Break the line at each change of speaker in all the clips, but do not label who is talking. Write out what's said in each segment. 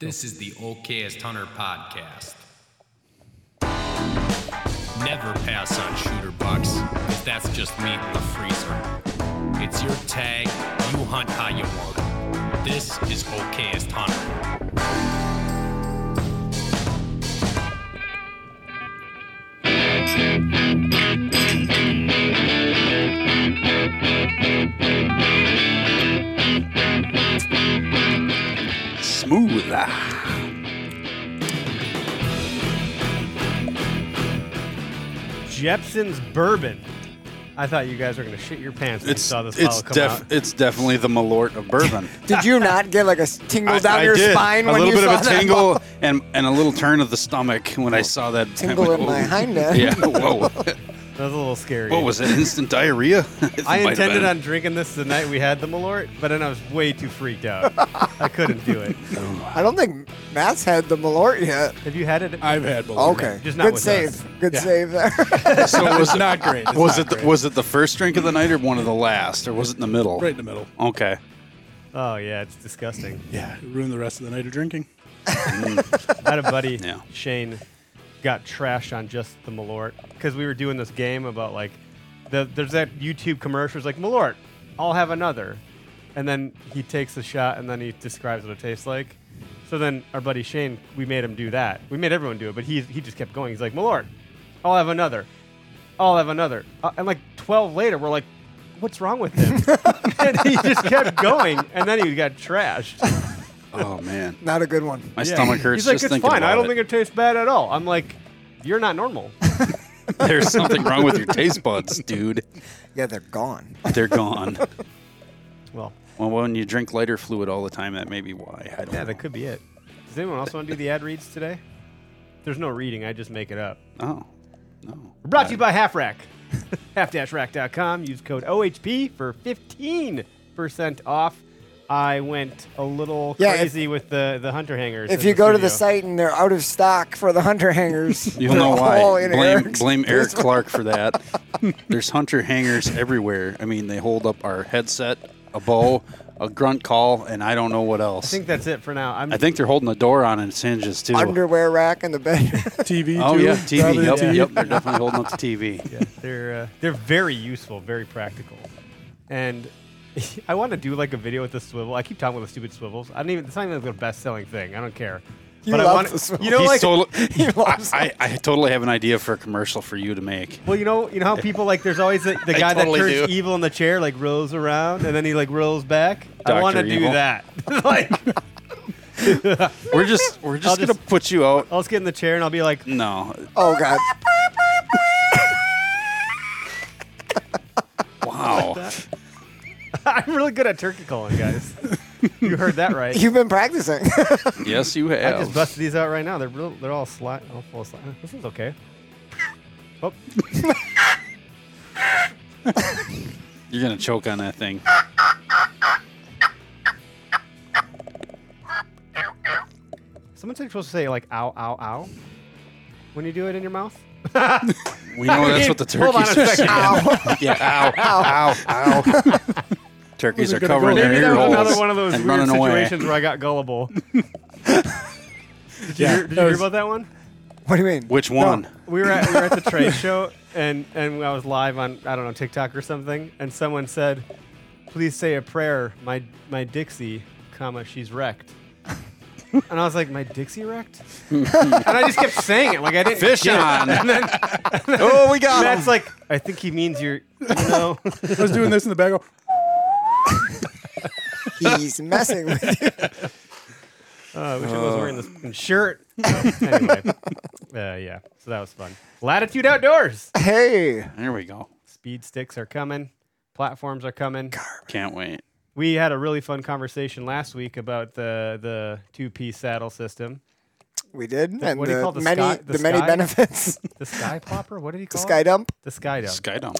This is the OKest Hunter Podcast. Never pass on shooter bucks, 'cause that's just meat in the freezer. It's your tag, you hunt how you want. This is OKest Hunter.
Smooth.
Jepson's Bourbon. I thought you guys were going to shit your pants when
It's
you saw this
it's
bottle come
def-
out.
it's definitely the Malort of bourbon.
Did you not get like a s- tingle down your
did.
spine
a
when
little
you
bit
saw
of a
that
tingle
bottle?
and and a little turn of the stomach when I saw that. I
Tingle
went,
in my
"Ooh."
hind end.
Yeah. Whoa.
That was a little scary.
What was it? Instant diarrhea? It
I
might have
intended
been.
on drinking this the night we had the Malort, but then I was way too freaked out. I couldn't do it.
I don't think Matt's had the Malort yet.
Have you had it?
I've had both.
Okay.
Just not
Good
with
save.
us.
Good
Yeah.
save there.
So
It
was
was
it
not great. It's
was
not
it the,
great.
was it the first drink of the night or one of the last or was it in the middle?
right in the middle?
Okay.
Oh yeah, it's disgusting.
Yeah, it ruined the rest of the night of drinking.
I had a buddy,
Yeah.
Shane, got trashed on just the Malort because we were doing this game about like, the, there's that YouTube commercial. It's like Malort, I'll have another, and then he takes the shot and then he describes what it tastes like. So then our buddy Shane, we made him do that. We made everyone do it, but he he just kept going. He's like Malort, I'll have another, I'll have another, Uh, and like 12 later, we're like. What's wrong with him? and he just kept going, and then he got trashed.
Oh man.
not a good one.
My
Yeah.
stomach hurts
He's like,
just
it's
thinking
fine.
about
I don't
it.
think it tastes bad at all. I'm like, you're not normal.
There's something wrong with your taste buds, dude.
Yeah, they're gone.
They're gone.
well,
Well, when you drink lighter fluid all the time, that may be why. I don't
yeah,
know.
that could be it. Does anyone else want to do the ad reads today? There's no reading. I just make it up.
Oh, no.
We're brought to you by Half Rack. Half-rack.com. Use code OHP for 15% off. I went a little
Yeah, if-
crazy with the, the hunter hangers.
If
in
you
the
go to the
studio.
site and they're out of stock for the hunter hangers,
You'll
they're
know
all
why.
in
Blame,
Eric's
blame Eric
basement.
Clark for that. There's hunter hangers everywhere. I mean, they hold up our headset, a bow, a grunt call, and I don't know what else.
I think that's it for now. I'm,
I think they're holding the door on its hinges too.
Underwear rack in the bed.
TV.
oh
too,
yeah, TV.
probably
Yep,
TV.
yep. They're definitely holding up the TV.
they're uh, they're very useful, very practical, and I want to do like a video with the swivel. I keep talking about the stupid swivels. I don't even. It's not even the best selling thing. I don't care.
You
I
love
wanna-
the swivel.
You know,
He's
like
totally-
He loves
I, I totally have an idea for a commercial for you to make.
well, you know, you know how people like. There's always the, the
I
guy
totally
that turns
do.
evil in the chair, like rolls around, and then he like rolls back. I
Dr.
want to do
Evil.
that. like,
We're just we're just gonna
just-
put you out.
I'll just get in the chair and I'll be like,
No,
oh god.
wow.
I'm really good at turkey calling, guys. you heard that right.
You've been practicing.
yes, you
I
have.
just busted these out right now. They're real, they're all slot, all full of slot. This is okay. Oh,
You're gonna choke on that thing.
Someone's supposed to say like "ow, ow, ow" when you do it in your mouth.
We know that's what the turkeys
Hold on a
are saying.
second.
yeah, ow, ow, ow. turkeys are
Where's it gonna
covering
go?
their
Maybe
ear
that was
holes
another one of those
and
weird
running away.
situations where I got gullible. did you,
Yeah,
hear, did you
that
hear
was-
about that one?
what do you mean?
Which one?
We were at we were at the trade show and and I was live on I don't know TikTok or something, and someone said, "Please say a prayer." My my Dixie, comma she's wrecked. And I was like, "My Dixie wrecked," and I just kept saying it like I didn't.
Fish
get it.
on.
And then
Oh, we got
Matt's like, "I think he means you're, you know."
I was doing this in the back. I go,
He's messing with you.
I wish I Uh, was wearing this fucking shirt. anyway, uh, yeah, so that was fun. Latitude Outdoors.
Hey.
There we go.
Speed sticks are coming. Platforms are coming.
Can't wait.
We had a really fun conversation last week about the the two piece saddle system,
We did. and
what do
the
you call the
many
sky-
the,
the
many
sky?
benefits.
The sky popper? What did he
the
call
sky
it?
dump.
The sky dump.
Sky dump.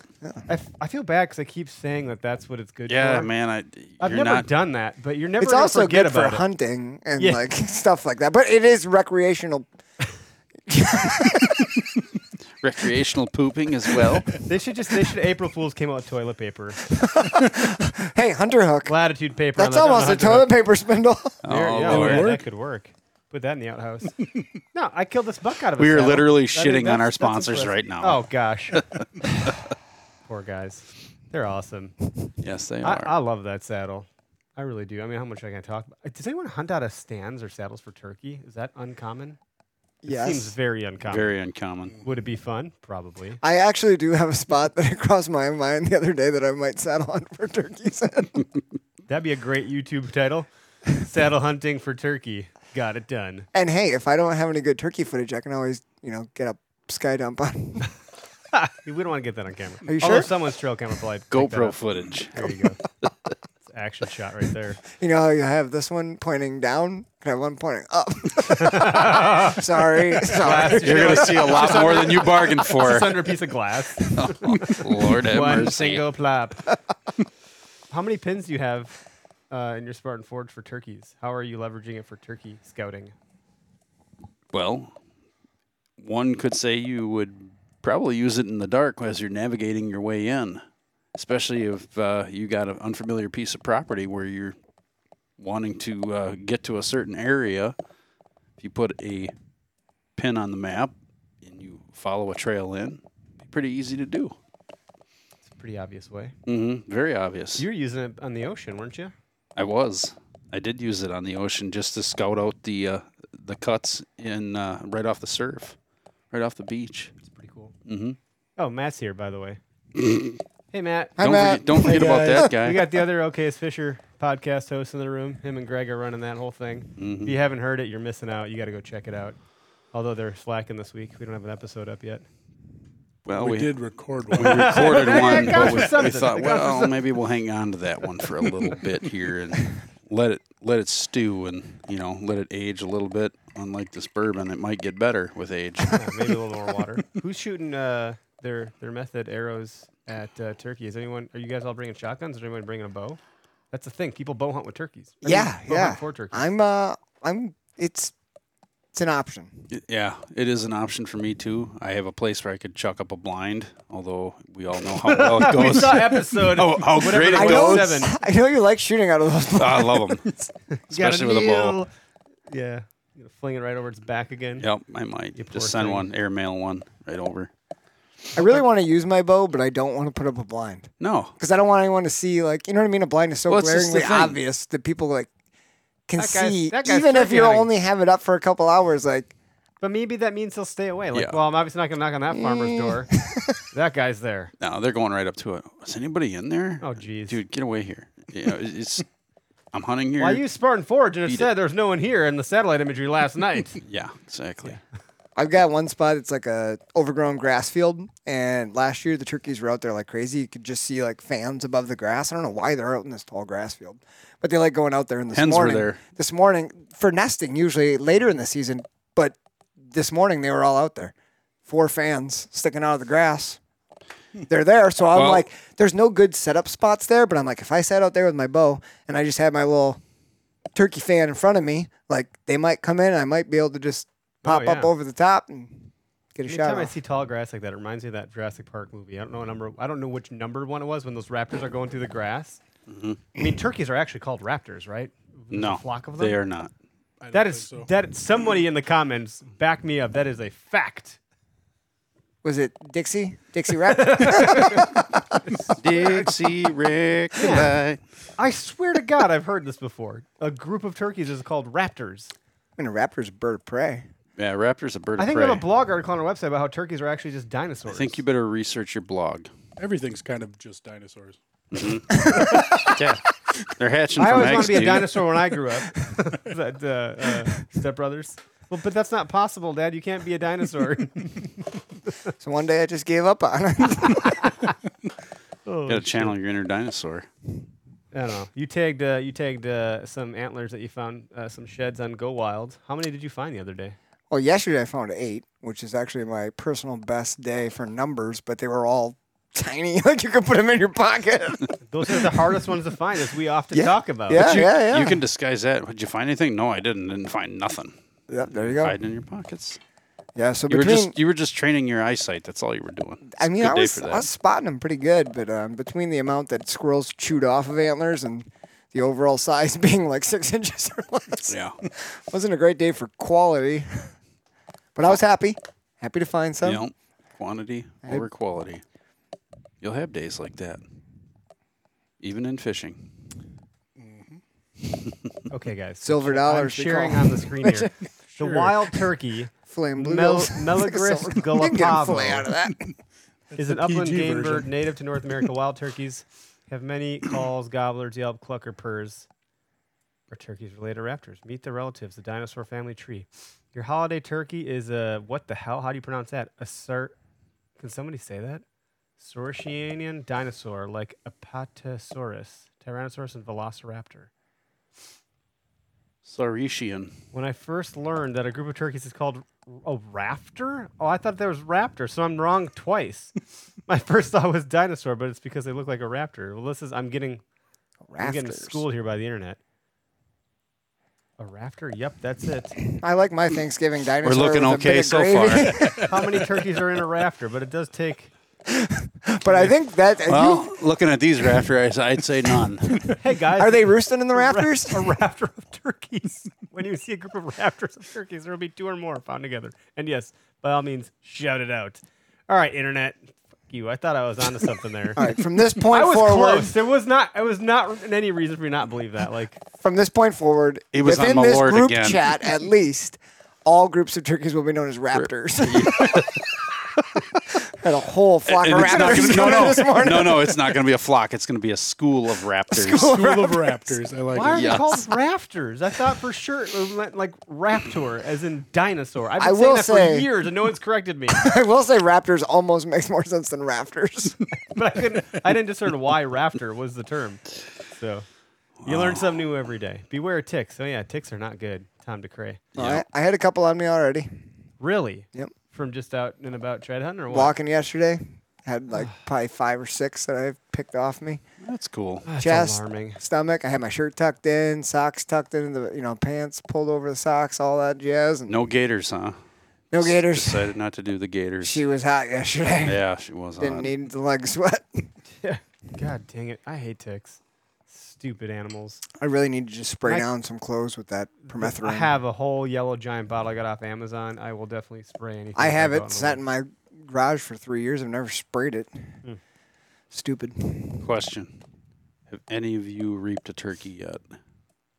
I, f- I feel bad because I keep saying that that's what it's good
Yeah,
for.
man. I,
I've
you're
never
not,
done that, but you're never
It's
gonna
also
forget
good for
about it.
hunting and
Yeah.
like stuff like that. But it is recreational.
recreational pooping as well.
They should just they should April Fools came out with toilet paper,
Hey, hunter hook.
platitude paper. on
That's
the- on the
almost a
hunter
toilet paper spindle.
hook. There-
Oh,
yeah,
Lord.
yeah, that could work. Put that in the outhouse. no, I killed this buck out of. a
We are
saddle.
literally
I
shitting on
that's-
our
that's
sponsors
impressive.
right now.
Oh gosh, poor guys, they're awesome.
Yes, they
I,
are.
I love that saddle. I really do. I mean, how much I can talk about? Does anyone hunt out of stands or saddles for turkey? Is that uncommon? Seems
yes.
very uncommon.
Very uncommon.
Would it be fun? Probably.
I actually do have a spot that crossed my mind the other day that I might saddle on for turkeys.
That'd be a great YouTube title. Saddle hunting for turkey. Got it done.
and hey, if I don't have any good turkey footage, I can always, you know, get a sky dump on.
We don't want to get that on camera.
Are you
Although
sure?
someone's trail camera probably picked that
GoPro
up.
footage.
There you go. It's an action shot right there.
You know how you have this one pointing down? Can I have one pointing up? sorry. Sorry.
You're going to see a lot more than you bargained for.
Just under a piece of glass.
Lord have
One
mercy.
single plop. How many pins do you have uh, in your Spartan Forge for turkeys? How are you leveraging it for turkey scouting?
Well, one could say you would probably use it in the dark as you're navigating your way in, especially if uh, you got an unfamiliar piece of property where you're wanting to uh, get to a certain area. If you put a pin on the map and you follow a trail in, be pretty easy to do.
It's a pretty obvious way.
hmm Very obvious.
You were using it on the ocean, weren't you?
I was. I did use it on the ocean just to scout out the uh, the cuts in uh, right off the surf, right off the beach.
It's pretty cool.
Mm-hmm.
Oh, Matt's here, by the way. hey, Matt.
Hi,
don't
Matt.
forget, don't forget about that guy.
We got the other OKS Fisher podcast host in the room. Him and Greg are running that whole thing.
Mm-hmm.
If you haven't heard it, you're missing out. You got to go check it out. Although they're slacking this week, we don't have an episode up yet.
well,
We,
we,
did record one.
recorded one,
got
but
for
we, we
something.
thought,
It got for
well, maybe we'll hang on to that one for a little bit here and let it let it stew and you know let it age a little bit. Unlike this bourbon, it might get better with age.
Yeah, maybe a little more water. Who's shooting uh, their their method arrows at uh, turkey? Is anyone? Are you guys all bringing shotguns? Is anyone bringing a bow? That's the thing. People bow hunt with turkeys. I mean,
yeah,
bow
yeah.
Hunt for turkeys.
I'm uh I'm it's it's an option.
yeah, it is an option for me too. I have a place where I could chuck up a blind, although we all know how well it
we
goes.
saw episode.
Oh, how
whatever
great it
that
I
was,
know
seven.
I know you like shooting out of those
I love them,
Got
especially with a bowl.
nail. Yeah, you gonna fling it right over its back again.
Yep, I might
poor
just send
thing.
one airmail one right over.
I really want to use my bow, but I don't want to put up a blind.
No,
Because I don't want anyone to see like you know what I mean? A blind is so
Well, it's just the
glaringly
thing.
obvious that people like can
That guy's-
see
that guy's
even if
turkey
you
hunting.
only have it up for a couple hours, like
But maybe that means he'll stay away. Like,
Yeah.
well, I'm obviously not gonna knock on that
Eh.
farmer's door. that guy's there.
No, they're going right up to it. Is anybody in there?
Oh, jeez.
dude, get away here! You know, it- it's I'm hunting here.
Well, I used Spartan Forge, and it
Beat
said there's no one here in the satellite imagery last night.
yeah, exactly.
I've got one spot that's like a overgrown grass field, and last year the turkeys were out there like crazy. You could just see like fans above the grass. I don't know why they're out in this tall grass field, but they like going out there. And this
Hens were
morning,
there.
this morning for nesting, usually later in the season, but this morning they were all out there, four fans sticking out of the grass. They're there, so I'm
Well-
like, there's no good setup spots there. But I'm like, if I sat out there with my bow and I just had my little turkey fan in front of me, like they might come in, and I might be able to just pop
Oh, yeah.
up over the top and get a shot.
Anytime I
Off.
see tall grass like that, it reminds me of that Jurassic Park movie. I don't know a number. I don't know which number one it was when those raptors are going through the grass. I mean, turkeys are actually called raptors, right? There's
Mm-hmm. No,
a flock of them.
they are not.
I don't
That
think
is
so.
that. Somebody in the comments back me up. That is a fact.
Was it Dixie? Dixie Raptor?
Dixie Rick, goodbye.
I swear to God, I've heard this before. A group of turkeys is called raptors.
I mean, a raptor's a bird of prey.
Yeah, Raptor's a bird
I
of
think
prey.
we have a blog article on our website about how turkeys are actually just dinosaurs.
I think you better research your blog.
Everything's kind of just dinosaurs.
yeah, they're hatching
I
from
always
eggs,
wanted to be a
dude.
dinosaur when I grew up. that, uh, uh, Step Brothers. Well, but that's not possible, Dad. You can't be a dinosaur.
So one day I just gave up on it.
oh,
Gotta channel your inner dinosaur.
I don't know. You tagged uh, you tagged uh, some antlers that you found uh, some sheds on Go Wild. How many did you find the other day?
Well, yesterday I found eight, which is actually my personal best day for numbers, but they were all tiny. like you could put them in your pocket.
Those are the hardest ones to find, as we often
Yeah.
talk about.
yeah, yeah, yeah.
You can disguise that. Did you find anything? No, I didn't. Didn't find nothing.
Yep, there you go.
Hiding in your pockets.
yeah, so
You were
between
just you were just training your eyesight. That's all you were doing.
I mean,
Good
I
day
was,
for
I
that.
was spotting them pretty good, but um, between the amount that squirrels chewed off of antlers and the overall size being like six inches or less,
Yeah.
wasn't a great day for quality. But I was happy, happy to find some.
you know, quantity over quality. You'll have days like that, even in fishing.
Okay, guys.
Silver
I'm
dollars, they
sharing
call
on the screen here. The wild turkey
Flame blue.
Mel-
gulls.
Melagris
Silver- You can get a fillet
galapavo.
out of that.
is an
the
upland
PG
game
version.
bird native to North America. Wild turkeys have many calls, gobblers, yelp, cluck, or purrs. Or turkeys related to raptors. Meet their relatives, the dinosaur family tree. Your holiday turkey is a what the hell? How do you pronounce that? A sir? Can somebody say that? Saurischian dinosaur like Apatosaurus, Tyrannosaurus, and Velociraptor.
Saurischian.
When I first learned that a group of turkeys is called a rafter, oh, I thought there was raptor, so I'm wrong twice. My first thought was dinosaur, but it's because they look like a raptor. Well, this is I'm getting I'm getting
Rafters.
schooled here by the internet. A rafter? Yep, that's it.
I like my Thanksgiving dinosaur.
We're looking
with a bit
okay
of
so
gravy.
far.
How many turkeys are in a rafter? But it does take.
but I think that uh, you,
well, looking at these rafters, I'd say none.
Hey guys,
are they roosting in the rafters?
a rafter of turkeys? when you see a group of rafters of turkeys, there will be two or more found together. And yes, by all means, shout it out. All right, internet. Fuck you. I thought I was onto something there.
All right, from this point
I was
forward,
close. There was not. I was not in any reason for me not believe that. Like
from this point forward,
He was on
within
my
this
lord
group
again.
chat, at least, all groups of turkeys will be known as raptors. Had a whole flock of
And it's not
raptors
gonna-
coming in this
no, no,
morning.
no, no, it's not going to be a flock. It's going to be a school of raptors.
School.
School of Raptors. I
why are
like it.
they
Yes.
called rafters? I thought for sure it was li- like raptor, as in dinosaur. I've been
I
saying
will
that for
say-
years, and no one's corrected me.
I will say raptors almost makes more sense than rafters.
but I couldn't. I didn't discern why rafter was the term. So you learn something new every day. Beware of ticks. Oh yeah, ticks are not good. Tom DeCray.
I, I had a couple on me already.
Really?
Yep.
From just out and about tread hunting or what?
Walking yesterday, had like probably five or six that I picked off me.
That's cool.
That's
chest,
alarming.
stomach. I had my shirt tucked in, socks tucked into the you know pants pulled over the socks, all that jazz. And
No gators, huh?
no gators.
Decided not to do the gators.
She was hot yesterday.
yeah, she was
Didn't
on.
need the leg sweat.
God dang it! I hate ticks. Stupid animals.
I really need to just spray
I-
down some clothes with that permethrin.
I have a whole yellow giant bottle I got off Amazon. I will definitely spray anything.
I have
go out on
it
the
sat
road.
in my garage for three years. I've never sprayed it. Stupid.
Question: Have any of you reaped a turkey yet?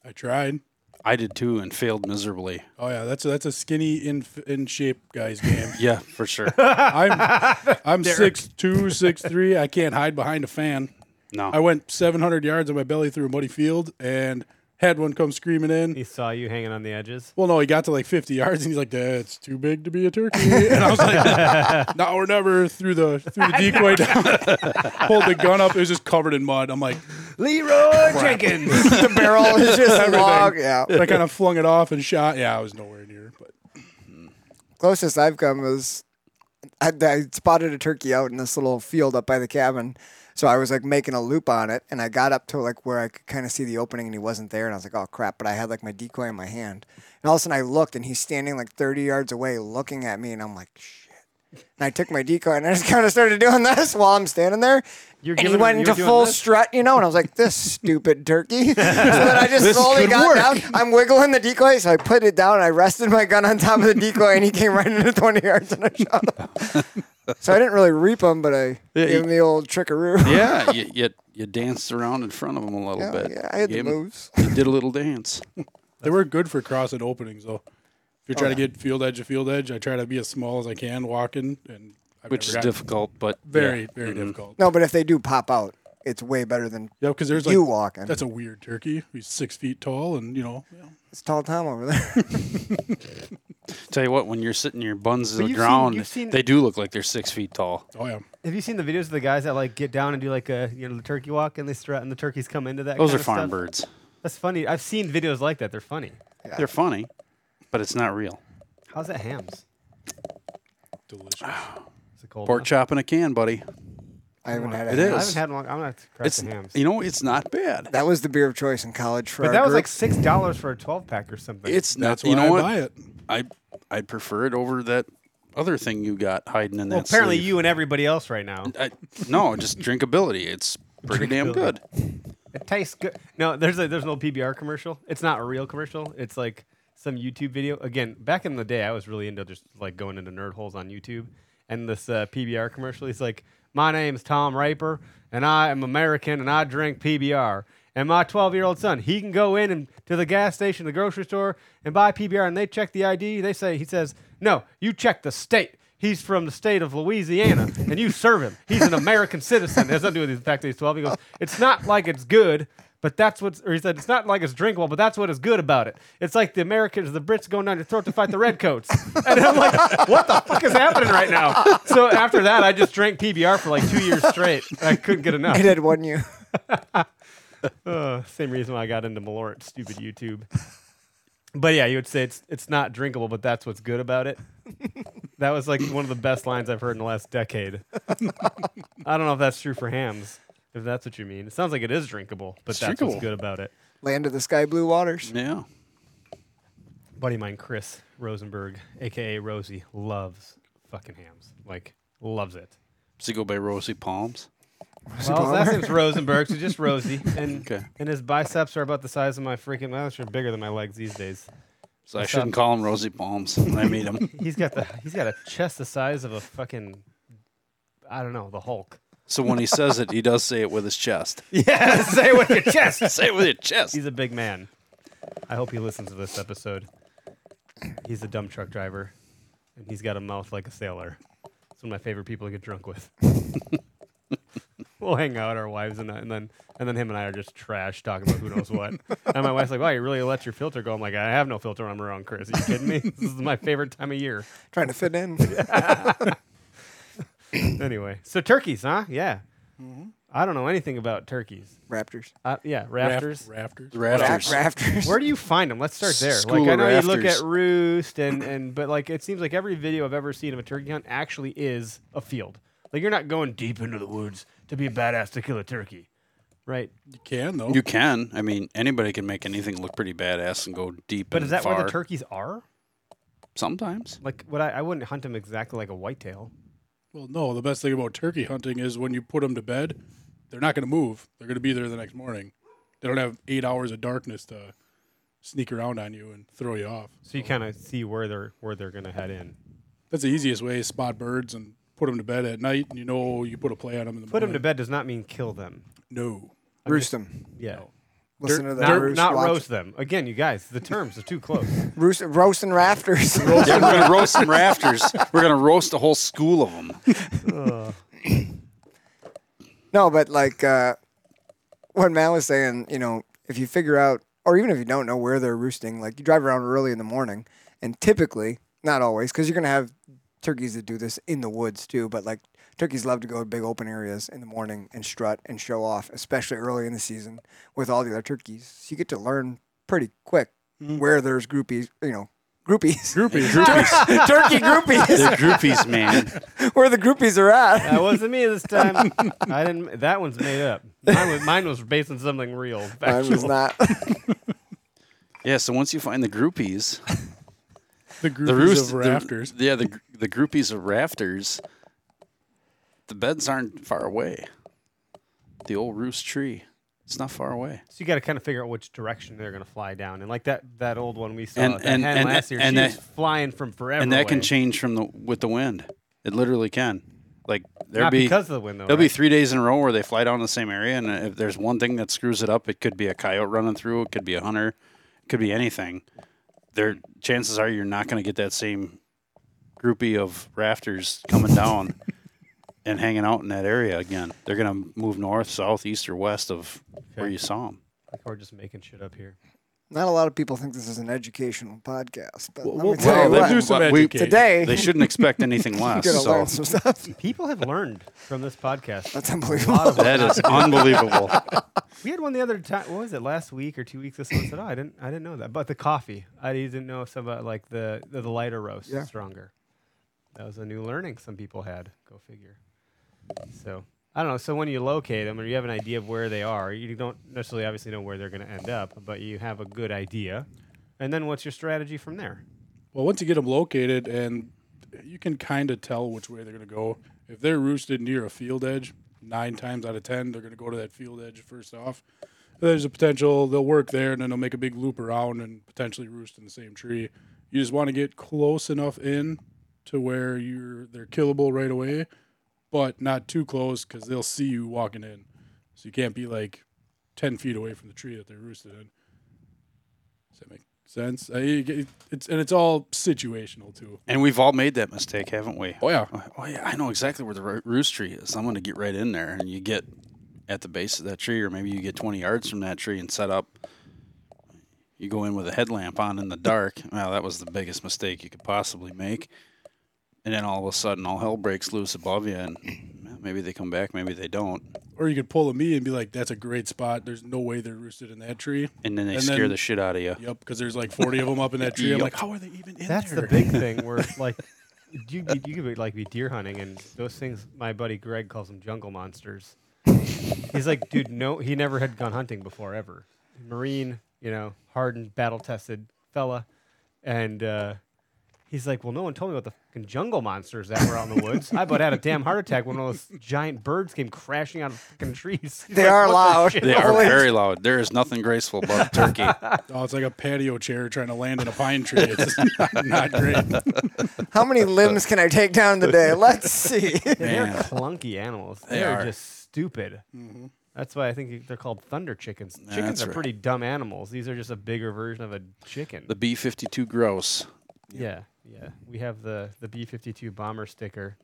I tried.
I did too and failed miserably.
Oh yeah, that's a, that's a skinny in in shape guy's game.
Yeah, for sure.
I'm I'm six two, six three. I can't hide behind a fan.
No,
I went 700 yards on my belly through a muddy field and had one come screaming in.
He saw you hanging on the edges.
Well, no, he got to like 50 yards and he's like, "That's too big to be a turkey," and I was like, "No, we're never through the through the decoy down." Pulled the gun up. It was just covered in mud. I'm like,
Leroy Jenkins.
the barrel is just log. Yeah.
I kind of flung it off and shot. Yeah, I was nowhere near. But
Closest I've come is I, I spotted a turkey out in this little field up by the cabin. So I was like making a loop on it, and I got up to like where I could kind of see the opening, and he wasn't there, and I was like, "Oh crap!" But I had like my decoy in my hand, and all of a sudden I looked, and he's standing like 30 yards away, looking at me, and I'm like, "Shit!" And I took my decoy, and I just kind of started doing this while I'm standing there,
You're
and he
giving
went
him-
into
you're doing
full
this?
strut, you know, and I was like, "This stupid turkey!" so then I just
This
slowly
could
got
work.
down. I'm wiggling the decoy, so I put it down. I rested my gun on top of the decoy, and he came right into 20 yards, and I shot him. so I didn't really reap him, but I
Yeah,
gave him
you-
the old trickaroo.
yeah, you, you you danced around in front of him a little
Yeah,
bit.
yeah, I had the
You gave him-
moves.
You did a little dance.
they were good for crossing openings though. If you're trying to get field edge to field edge, I try to be as small as I can walking, and I've
which is
never gotten-
difficult, but yeah. Mm-hmm.
Very, very difficult.
No, but if they do pop out, it's way better than
Yeah, because there's like
You walking.
That's a weird turkey. He's six feet tall, and you know, you know,
it's tall Tom over there.
Tell you what, when you're sitting your buns to
But
the
you've seen-
ground,
you've seen-
they do look like they're six feet tall.
oh yeah,
Have you seen the videos of the guys that like get down and do like a you know the turkey walk and they strut and the turkeys come into that?
Those
kind
are
of
farm
stuff?
birds.
That's funny. I've seen videos like that. They're funny.
They're funny, but it's not real.
How's that hams?
Delicious.
It's a cold
Pork
one.
chop in a can, buddy.
I haven't had
It
it.
I
is.
haven't had one. I'm gonna have to crack
It's
the hams.
you know it's not bad.
That was the beer of choice in college for
but
our
that was
group.
like six dollars for a twelve pack or something.
It's not.
That's why
you know
I
what?
buy it.
I I'd prefer it over that other thing you got hiding in
well,
that.
apparently
sleeve.
you and everybody else right now.
I, no, just drinkability. It's pretty damn good.
It tastes good. No, there's a there's an old PBR commercial. It's not a real commercial. It's like some YouTube video. Again, back in the day, I was really into just like going into nerd holes on YouTube. And this uh, PBR commercial, he's like, "My name's Tom Raper, and I am American, and I drink PBR. And my 12 year old son, he can go in and to the gas station, the grocery store, and buy PBR. And they check the ID. They say he says, "No, you check the state." He's from the state of Louisiana, and you serve him. He's an American citizen. It has nothing to do with the fact that he's 12. He goes, It's not like it's good, but that's what's, or he said, It's not like it's drinkable, but that's what is good about it. It's like the Americans, the Brits going down your throat to fight the redcoats. And I'm like, What the fuck is happening right now? So after that, I just drank PBR for like two years straight. I couldn't get enough.
it had one you.
Uh, same reason why I got into Malort, stupid YouTube. But yeah, you would say it's it's not drinkable, but that's what's good about it. that was like one of the best lines I've heard in the last decade. I don't know if that's true for hams, if that's what you mean. It sounds like it is drinkable, but
It's
that's
drinkable.
what's good about it.
Land of the Sky Blue Waters.
Yeah.
buddy of mine, Chris Rosenberg, aka Rosie, loves fucking hams. Like loves it.
Does he go by Rosie Palms?
Well, his last name's Rosenberg, so just Rosie. And
Okay.
and his biceps are about the size of my freaking. I'm sure bigger than my legs these days.
So I
What's
shouldn't
up?
call him Rosie Palms when I meet him.
He's got the he's got a chest the size of a fucking I don't know, the Hulk.
so when he says it, he does say it with his chest.
Yeah, say with your chest.
Say it with your chest.
He's a big man. I hope he listens to this episode. He's a dumb truck driver and he's got a mouth like a sailor. It's one of my favorite people to get drunk with. we'll hang out, our wives and, I, and then and then him and I are just trash talking about who knows what. and my wife's like, "Wow, you really let your filter go." I'm like, "I have no filter. when I'm around Chris. Are you kidding me? this is my favorite time of year."
Trying to fit in.
anyway, so turkeys, huh? Yeah. I don't know anything about turkeys.
Raptors.
Uh, yeah,
Raft-
rafters.
Rafters.
Ra-
Rafters.
Rafters.
Where do you find them? Let's start there.
School
like I
of
know you look at
rafters.
roost and and but like it seems like every video I've ever seen of a turkey hunt actually is a field. Like you're not going deep into the woods to be a badass to kill a turkey, right?
You can though.
You can. I mean, anybody can make anything look pretty badass and go deep.
But
and
is that
far.
where the turkeys are?
Sometimes.
Like, would I? I wouldn't hunt them exactly like a whitetail.
well, no. The best thing about turkey hunting is when you put them to bed, they're not going to move. They're going to be there the next morning. They don't have eight hours of darkness to sneak around on you and throw you off.
So you kind of see where they're where they're gonna head in.
That's the easiest way: is spot birds and put them to bed at night, and you know you put a play on them in the
Put them
morning.
to bed does not mean kill them.
No.
Roost them.
Yeah.
Listen to that.
not
roost,
not
watch-
roast them. Again, you guys, the terms are too close.
Roost, roast and rafters.
Yeah, we're gonna roast some rafters. We're gonna roast a whole school of them.
no, but like uh, what Matt was saying, you know, if you figure out, or even if you don't know where they're roosting, like you drive around early in the morning, and typically, not always, because you're gonna have turkeys that do this in the woods too. But like turkeys love to go to big open areas in the morning and strut and show off, especially early in the season with all the other turkeys. So you get to learn pretty quick where there's groupies, you know, groupies,
Mm-hmm. Groupies.
turkey groupies.
They're groupies, man.
where the groupies are at.
That wasn't me this time. I didn't. That one's made up. Mine was, mine was based on something real.
I was
factual.
not.
Yeah. So once you find the groupies,
The groupies
the roost,
of rafters.
The, yeah, the gr- the groupies of rafters. The beds aren't far away. The old roost tree. It's not far away.
So you got to kind of figure out which direction they're going to fly down. And like that that old one we saw
And-
that
and-
hen
and-
last year,
and
she
that-
was flying from forever.
and that can
away.
change from the with the wind. It literally can. Like there'll
Not
be
because of the window.
there'll be
right?
three days in a row where they fly down the same area, and if there's one thing that screws it up, it could be a coyote running through, it could be a hunter, it could be anything. There, chances are you're not going to get that same groupie of rafters coming down and hanging out in that area again. They're going to move north, south, east, or west of where
Okay.
you saw them.
Like, We're just making shit up here.
Not a lot of people think this is an educational podcast, but let
well,
me tell
well,
you
they
what.
do some
but we-
educating.
today,
They shouldn't expect anything less.
you're gonna
so
learn some stuff.
People have learned from this podcast.
That's
A lot
unbelievable.
of them.
that is unbelievable.
We had one the other time. What was it? Last week or two weeks? ago? someone said, "Oh, I didn't, I didn't know that." But the coffee, I didn't know if some uh, like the the, the lighter roast
Yeah.
is stronger. That was a new learning some people had. Go figure. So I don't know. So when you locate them or you have an idea of where they are, you don't necessarily obviously know where they're going to end up, but you have a good idea. And then what's your strategy from there?
Well, once you get them located, and you can kind of tell which way they're going to go. If they're roosted near a field edge, nine times out of ten, they're going to go to that field edge first off. There's a potential they'll work there, and then they'll make a big loop around and potentially roost in the same tree. You just want to get close enough in to where you're they're killable right away, but not too close because they'll see you walking in. So you can't be like ten feet away from the tree that they're roosted in. Does that make sense? I, it- it's and it's all situational too.
And we've all made that mistake, haven't we?
Oh yeah,
Oh yeah, I know exactly where the ro- roost tree is. I'm going to get right in there, and you get at the base of that tree, or maybe you get 20 yards from that tree and set up. You go in with a headlamp on in the dark. Well, that was the biggest mistake you could possibly make. And then all of a sudden, all hell breaks loose above you, and well, maybe they come back, maybe they don't,
or you could pull a me and be like, "That's a great spot. There's no way they're roosted in that tree."
and then they
And
scare
then-
the shit out of you.
Yep, because there's like 40 of them up in that tree. I'm
Yep.
like, "How are they even in
That's
there?"
the big thing where like you you you could be, like be deer hunting and those things. My buddy Greg calls them jungle monsters. He's like, dude, no, he never had gone hunting before ever. Marine, you know, hardened, battle tested fella, and uh, he's like, well, no one told me about the fucking jungle monsters that were out in the woods. I about had a damn heart attack when all those giant birds came crashing out of fucking trees. He's
They
like,
are
"What the
loud.
shit?"
They are
Always.
very loud. There is nothing graceful about a turkey.
Oh, it's like a patio chair trying to land in a pine tree. It's not, not great.
How many limbs can I take down today? Let's see.
They're
Man.
clunky animals. They,
They
are.
are.
just stupid. That's why I think you- they're called thunder chickens. Chickens
That's
are
right.
pretty dumb animals. These are just a bigger version of a chicken.
The B-52 gross.
yeah, yeah. We have the the B fifty two bomber sticker.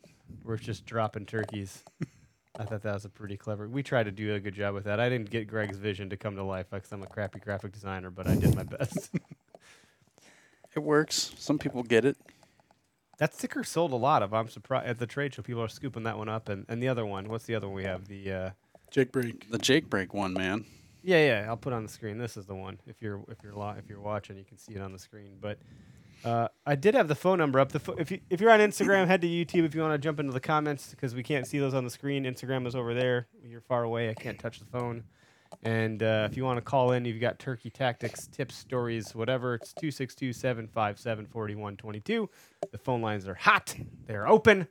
We're just dropping turkeys. I thought that was a pretty clever. We tried to do a good job with that. I didn't get Greg's vision to come to life because I'm a crappy graphic designer, but I did my best.
It works. Some people get it.
that sticker sold a lot of. I'm surprised at the trade show. People are scooping that one up, and, and the other one. What's the other one we have? The uh,
Jake break.
The Jake break one, man.
Yeah, yeah. I'll put on the screen. This is the one. If you're if you're lo- if you're watching, you can see it on the screen. But uh, I did have the phone number up. The pho- if you if you're on Instagram, head to YouTube. If you want to jump into the comments because we can't see those on the screen. Instagram is over there. You're far away. I can't touch the phone. And uh, if you want to call in, you've got turkey tactics, tips, stories, whatever. It's 262 757 4122. The phone lines are hot, they're open.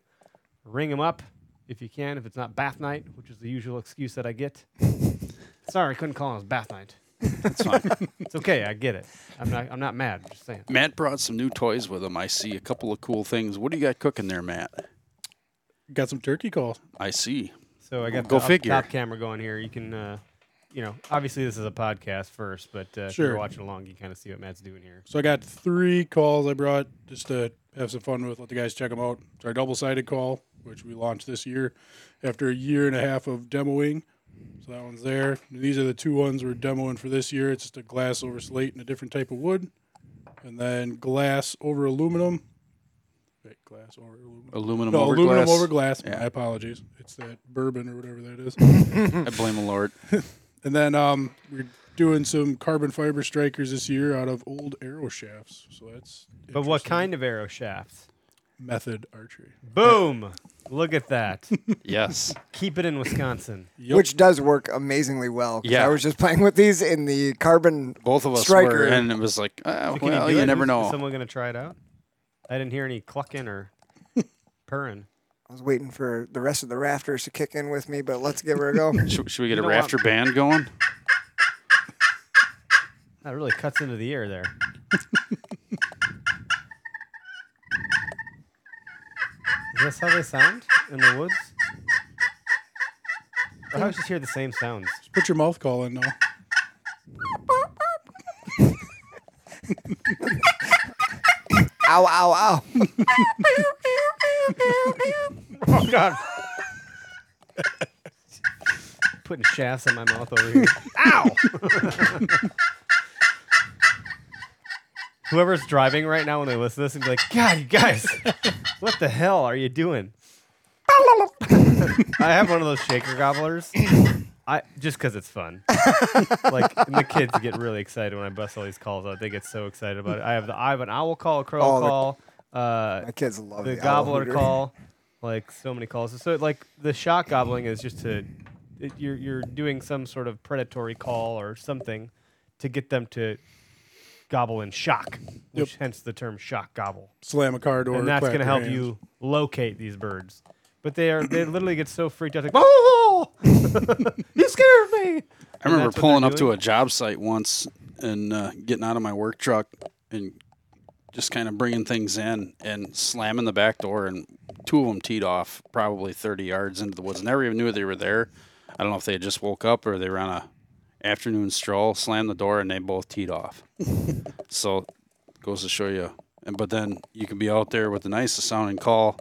Ring them up if you can, if it's not bath night, which is the usual excuse that I get. Sorry, couldn't call it. It was bath night.
It's fine.
It's okay. I get it. I'm not. I'm not mad. I'm just saying.
Matt brought some new toys with him. I see a couple of cool things. What do you got cooking there, Matt?
Got some turkey call.
I see.
So I got
Go
the up-
figure.
top camera going here. You can, uh, you know, obviously this is a podcast first, but uh, if you're
Sure.
watching along, you kind of see what Matt's doing here.
So I got three calls I brought just to have some fun with. Let the guys check them out. It's our double sided call, which we launched this year after a year and a half of demoing. So that one's there. These are the two ones we're demoing for this year. It's just a glass over slate and a different type of wood, and then glass over aluminum. Wait, glass over aluminum.
Aluminum
No,
over
aluminum
glass.
over glass.
Yeah.
My apologies. It's that bourbon or whatever that is.
I blame the Lord.
And then um, we're doing some carbon fiber strikers this year out of old arrow shafts. So that's
But what
interesting.
kind of arrow shafts?
method archery.
Boom! Look at that.
Yes.
Keep it in Wisconsin.
Yep.
Which does work amazingly well. 'cause
Yeah.
I was just playing with these in the carbon.
Both of us were,
Striker.
and it was like, ah,
So can
well, you,
you, do it?
never
Is- Is
know.
someone gonna try it out? I didn't hear any clucking or purring.
I was waiting for the rest of the rafters to kick in with me, but let's give her a go.
Should, should we get
You
a
know what?
rafter band going?
That really cuts into the ear there. Is this how they sound in the woods? I always just hear the same sounds.
Put your mouth call in now.
ow, ow, ow.
Oh God! Putting shafts in my mouth over here. Ow! Whoever's driving right now when they listen to this and be like, God, you guys, what the hell are you doing? I have one of those shaker gobblers. I just because it's fun. like and the kids get really excited when I bust all these calls out. They get so excited about it. I have the I have an owl call, a crow
Oh, the-
call, uh,
My kids love
the
owl
gobbler
hooter.
call, like so many calls. So like the shot gobbling is just to it, you're you're doing some sort of predatory call or something to get them to gobble in shock, which hence the term shock gobble.
Slam a car door.
and that's
clap
going to
your
help
hands.
you locate these birds. But they are they literally get so freaked out like oh, you scared me.
I remember pulling up to a job site once and uh, getting out of my work truck and just kind of bringing things in and slamming the back door, and two of them teed off probably 30 yards into the woods. Never even knew they were there. I don't know if they had just woke up or they were on a afternoon stroll. Slammed the door and they both teed off. so goes to show you. And but then you can be out there with the nicest sounding call,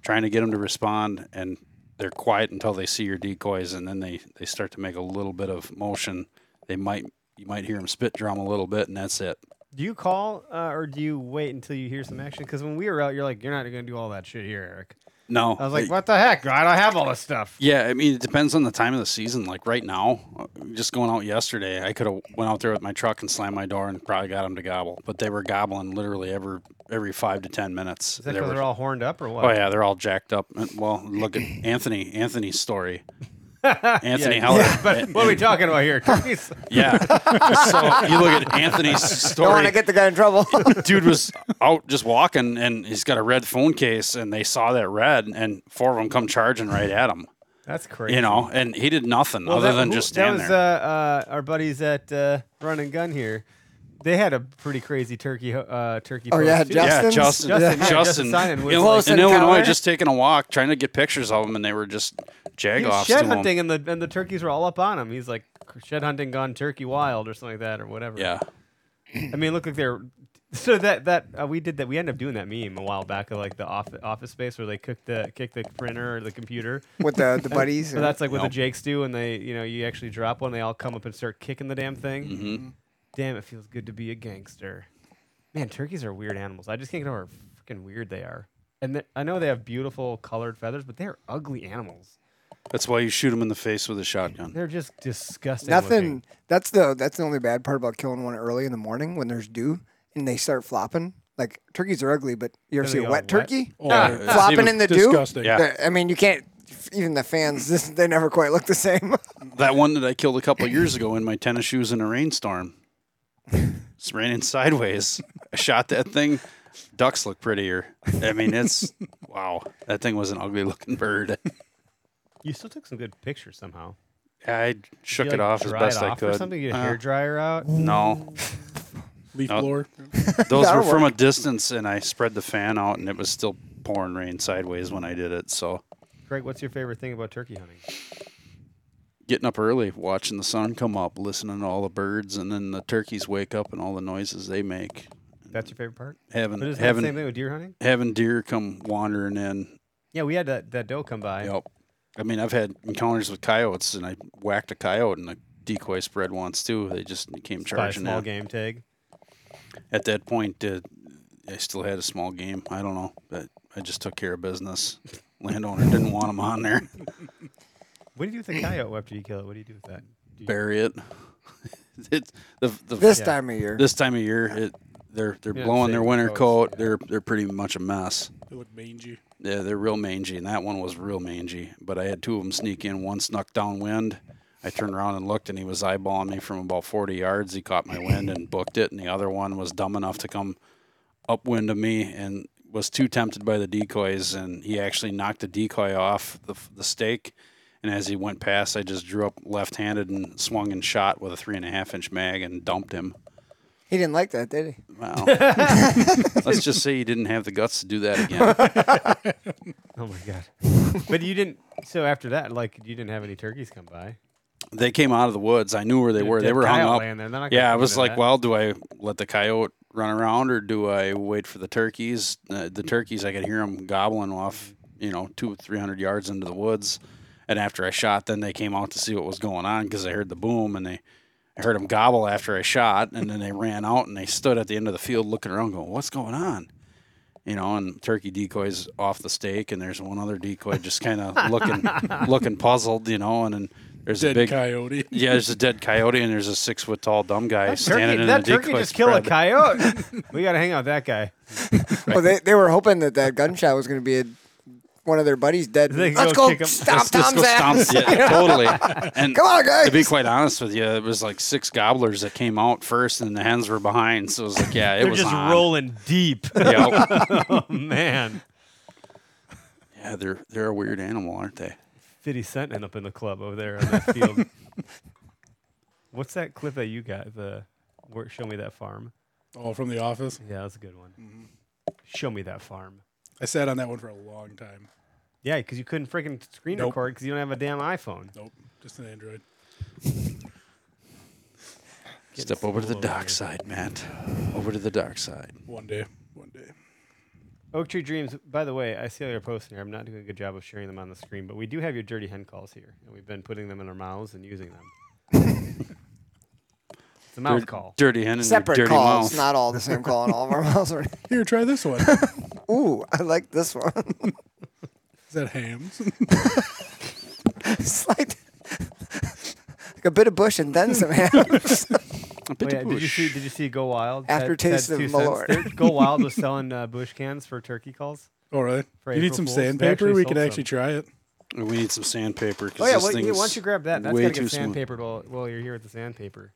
trying to get them to respond, and they're quiet until they see your decoys, and then they they start to make a little bit of motion. They might you might hear them spit drum a little bit, and that's it.
Do you call uh, or do you wait until you hear some action? Because when we were out, you're like, you're not going to do all that shit here, Eric.
No,
I was like,
They-
what the heck? I don't have all this stuff.
Yeah, I mean it depends on the time of the season. Like right now, uh, just going out yesterday, I could have went out there with my truck and slammed my door and probably got them to gobble, but they were gobbling literally every every five to ten minutes.
Is that
They
because
were-
they're all horned up or what?
Oh yeah, they're all jacked up. And, Well, look at Anthony. Anthony's story. Anthony Heller.
But what are we talking about here? Turkeys?
Yeah. so you look at Anthony's
Don't want
story.
to get the guy in trouble.
Dude was out just walking, and he's got a red phone case, and they saw that red, and four of them come charging right at him.
That's crazy.
You know, and he did nothing
Well,
other
that-
than
who-
just
that
stand
was uh,
there.
uh, our buddies at uh, Run and Gun here. They had a pretty crazy turkey ho- uh, turkey.
Oh,
post
yeah,
too.
Jeff-
yeah,
Justin's-
Justin.
Justin, yeah, Justin
Justin.
Simon was
in,
like-
in
Close
Illinois,
encounter.
just taking a walk, trying to get pictures of him, and they were just jag
He was
offs.
shed hunting and the and the turkeys were all up on him. He's like shed hunting gone turkey wild or something like that or whatever.
Yeah.
I mean, look like they're so that that uh, we did that. We ended up doing that meme a while back of like the office office space where they cook the kick the printer or the computer.
with the, the buddies.
So that's like what the Jakes do when they you know you actually drop one. They all come up and start kicking the damn thing. Damn, it feels good to be a gangster. Man, turkeys are weird animals. I just can't get over how freaking weird they are. And th- I know they have beautiful colored feathers, but they're ugly animals.
That's why you shoot him in the face with a shotgun.
They're just disgusting. looking.
Nothing. That's the that's the only bad part about killing one early in the morning when there's dew and they start flopping. Like turkeys are ugly, but you ever
Then
see
they
a
go
wet
wet.
turkey
Oh,
Yeah.
they're
It's
flopping
even
in the
disgusting.
dew?
Yeah.
I mean, you can't. Even the fans, this, they never quite look the same.
That one that I killed a couple of years ago in my tennis shoes in a rainstorm. It's raining sideways. I shot that thing. Ducks look prettier. I mean, it's wow. That thing was an ugly looking bird.
You still took some good pictures somehow.
I shook
You,
it
like,
off as
dry
best
it
I
off
could.
Or something, you get a
Uh,
hair dryer out.
no,
Leaf
Oh.
blower.
those were
That'll
from a distance, and I spread the fan out, and it was still pouring rain sideways when I did it. So
Greg, what's your favorite thing about turkey hunting?
getting up early, watching the sun come up, listening to all the birds, and then the turkeys wake up and all the noises they make.
That's your favorite part.
Having
But isn't that the
having
same thing with deer hunting?
having deer come wandering in.
Yeah, we had that, that doe come by.
Yep. I mean, I've had encounters with coyotes, and I whacked a coyote in a decoy spread once too. They just came
by a
charging
small
at.
game tag.
At that point, uh, I still had a small game. I don't know, but I just took care of business. Landowner didn't want them on there.
What do you do with the coyote after you kill it? What do you do with that? Do you-
Bury it. It's the, the
this
Yeah.
time of year,
this time of year. It, they're they're
Yeah,
blowing
same
their
with
winter
coats,
coat. They're they're pretty much a mess.
They look mangy.
Yeah, they're real mangy, and that one was real mangy. But I had two of them sneak in. One snuck downwind. I turned around and looked, and he was eyeballing me from about 40 yards. He caught my wind and booked it. And the other one was dumb enough to come upwind of me and was too tempted by the decoys. And he actually knocked the decoy off the, the stake. And as he went past, I just drew up left handed and swung and shot with a three and a half inch mag and dumped him.
he didn't like that, did he?
Wow. Let's just say he didn't have the guts to do that again.
Oh my god! but you didn't. So after that, like you didn't have any turkeys come by.
they came out of the woods. I knew where they
Did a
were. They
dead
were hung
coyote
up.
laying there. They're not gonna
Yeah, I
get rid
was
of
like,
that.
well, do I let the coyote run around or do I wait for the turkeys? Uh, the turkeys, I could hear them gobbling off, you know, two, three hundred yards into the woods. And after I shot, then they came out to see what was going on because I heard the boom and they I heard them gobble after I shot, and then they ran out and they stood at the end of the field looking around, going, "What's going on?" You know, and turkey decoys off the stake, and there's one other decoy just kind of looking, looking puzzled, you know, and then there's a
Dead
big
coyote.
yeah, there's a dead coyote, and there's a six foot tall dumb guy standing
Turkey,
in
that
the
turkey
decoy
just killed a
spread.
coyote. we got to hang out with that guy.
Well, they, they were hoping that that gunshot was going to be a, one of their buddies dead.
They
Let's
go
go,
kick him.
stomp
Let's
Tom's
go stomp-
ass.
Yeah, totally. And
Come on, guys.
To be quite honest with you, it was like six gobblers that came out first, and the hens were behind. So it was like, yeah, it
They're
was
just
on.
rolling deep.
Yep.
Man,
yeah, they're they're a weird animal, aren't they?
50 Cent ended up in the club over there on that field. What's that clip that you got? The where, Show Me That Farm.
Oh, from the office.
Yeah, that's a good one. Show Me That Farm.
I sat on that one for a long time.
Yeah, because you couldn't freaking screen
Nope.
record because you don't have a damn iPhone.
Nope, just an Android.
Step over to the
schooled over
dark
here.
side, Matt. Over to the dark side.
One day, one day.
Oak Tree Dreams, by the way, I see all your posts in here. I'm not doing a good job of sharing them on the screen, but we do have your dirty hen calls here, and we've been putting them in our mouths and using them. it's a mouth
Dir-
call.
Dirty hen and your
Separate
dirty
calls,
mouth.
not all the same call in all of our mouths. are-
Here, try this one.
Ooh, I like this one.
Is that hams?
It's like, like a bit of bush and then some hams.
A
Oh,
bit
yeah,
of
did you
bush.
see? Did you see Go Wild?
Aftertaste of
Ted- Ted Two Cents
Malort.
there? Go Wild was selling uh, bush cans for turkey calls.
oh, really?
For
you need
April
some
Fools, they
sandpaper?
actually
We can
sold
actually
some.
try it.
We need some sandpaper. 'cause
Oh yeah,
this
well, yeah,
thing's
why don't you grab that? That's
way
gotta
too
get
smooth.
sandpapered while, while you're here with the sandpaper.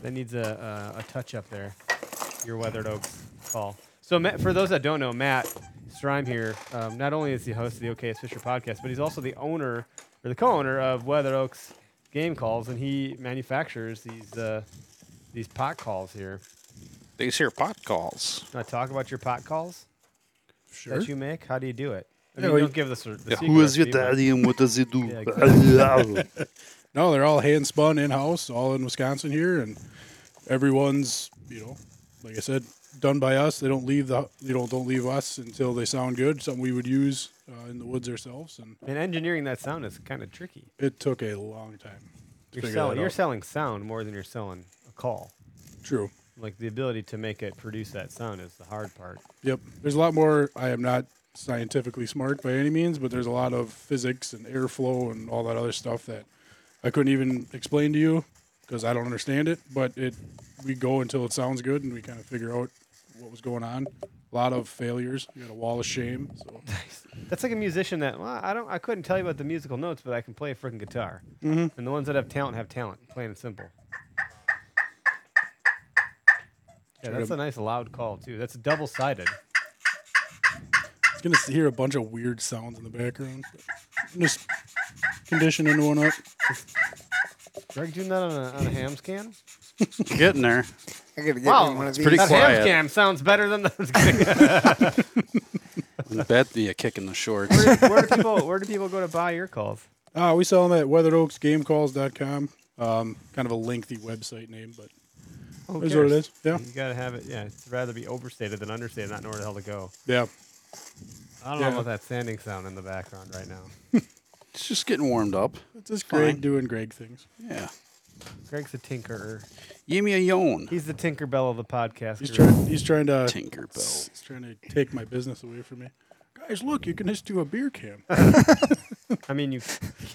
That needs a, a, a touch up there. Your weathered oaks call. So Matt, for those that don't know, Matt Strime here. Um, not only is he host of the OKS Fisher podcast, but he's also the owner or the co-owner of Weathered Oaks Game Calls, and he manufactures these uh, these pot calls here.
These here pot calls.
Can I talk about your pot calls
Sure.
that you make? How do you do it? I mean,
well,
you don't
you-
give us the, the secret
Who is your
recipe, but-
daddy and what does he do?
Yeah, exactly.
No, they're all hand spun in house, all in Wisconsin here, and everyone's you know, like I said, done by us. They don't leave the you know don't leave us until they sound good. Something we would use uh, in the woods ourselves, and
And engineering that sound is kind of tricky.
it took a long time. to
You're
figure
selling,
that
you're
out.
selling sound more than you're selling a call.
True.
Like the ability to make it produce that sound is the hard part.
Yep. There's a lot more. I am not scientifically smart by any means, but there's a lot of physics and airflow and all that other stuff that I couldn't even explain to you because I don't understand it. But it, we go until it sounds good and we kind of figure out what was going on. A lot of failures. You got a wall of shame. So
That's like a musician that well, I don't I couldn't tell you about the musical notes, but I can play a freaking guitar. Mm-hmm. And the ones that have talent have talent, plain and simple. Yeah, that's a nice loud call too. That's double sided.
it's gonna hear a bunch of weird sounds in the background. I'm just conditioning one up.
Greg doing that on a, on a hams can?
Getting there.
I gotta get me one of these.
pretty
that
quiet.
hams can sounds better than the.
I bet you a kick in the shorts.
where do people where do people go to buy your calls?
Uh, we sell them at weatheredoaksgamecalls.com. Um, kind of a lengthy website name, but
Who
that's what
cares?
it
Mm-hmm.
is. Yeah.
You gotta have it. Yeah, it's rather be overstated than understated. Not know where the hell to go.
Yeah.
I don't know
Yeah.
about that sanding sound in the background right now.
It's just getting warmed up.
It's just
Fine.
Greg doing Greg things.
Yeah.
Greg's a tinkerer.
Give me a yawn.
He's the Tinkerbell of the podcast.
He's
group.
trying. He's trying to.
Tinkerbell.
He's trying to take my business away from me. Guys, look! You can just do a beer cam.
I mean, you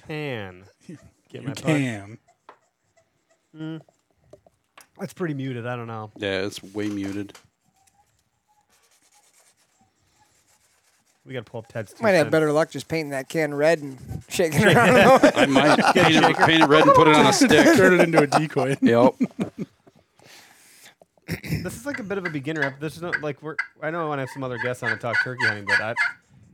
can get
you
my part.
can.
That's pretty muted. I don't know.
Yeah, it's way muted.
We gotta pull up Ted's. two
Might have
cents.
better luck just painting that can red and shaking it around.
I might paint it, paint it red and put it on a stick.
Turn it into a decoy.
Yep.
This is like a bit of a beginner. ep- This is not like we're. I know I want to have some other guests on to talk turkey hunting, but I,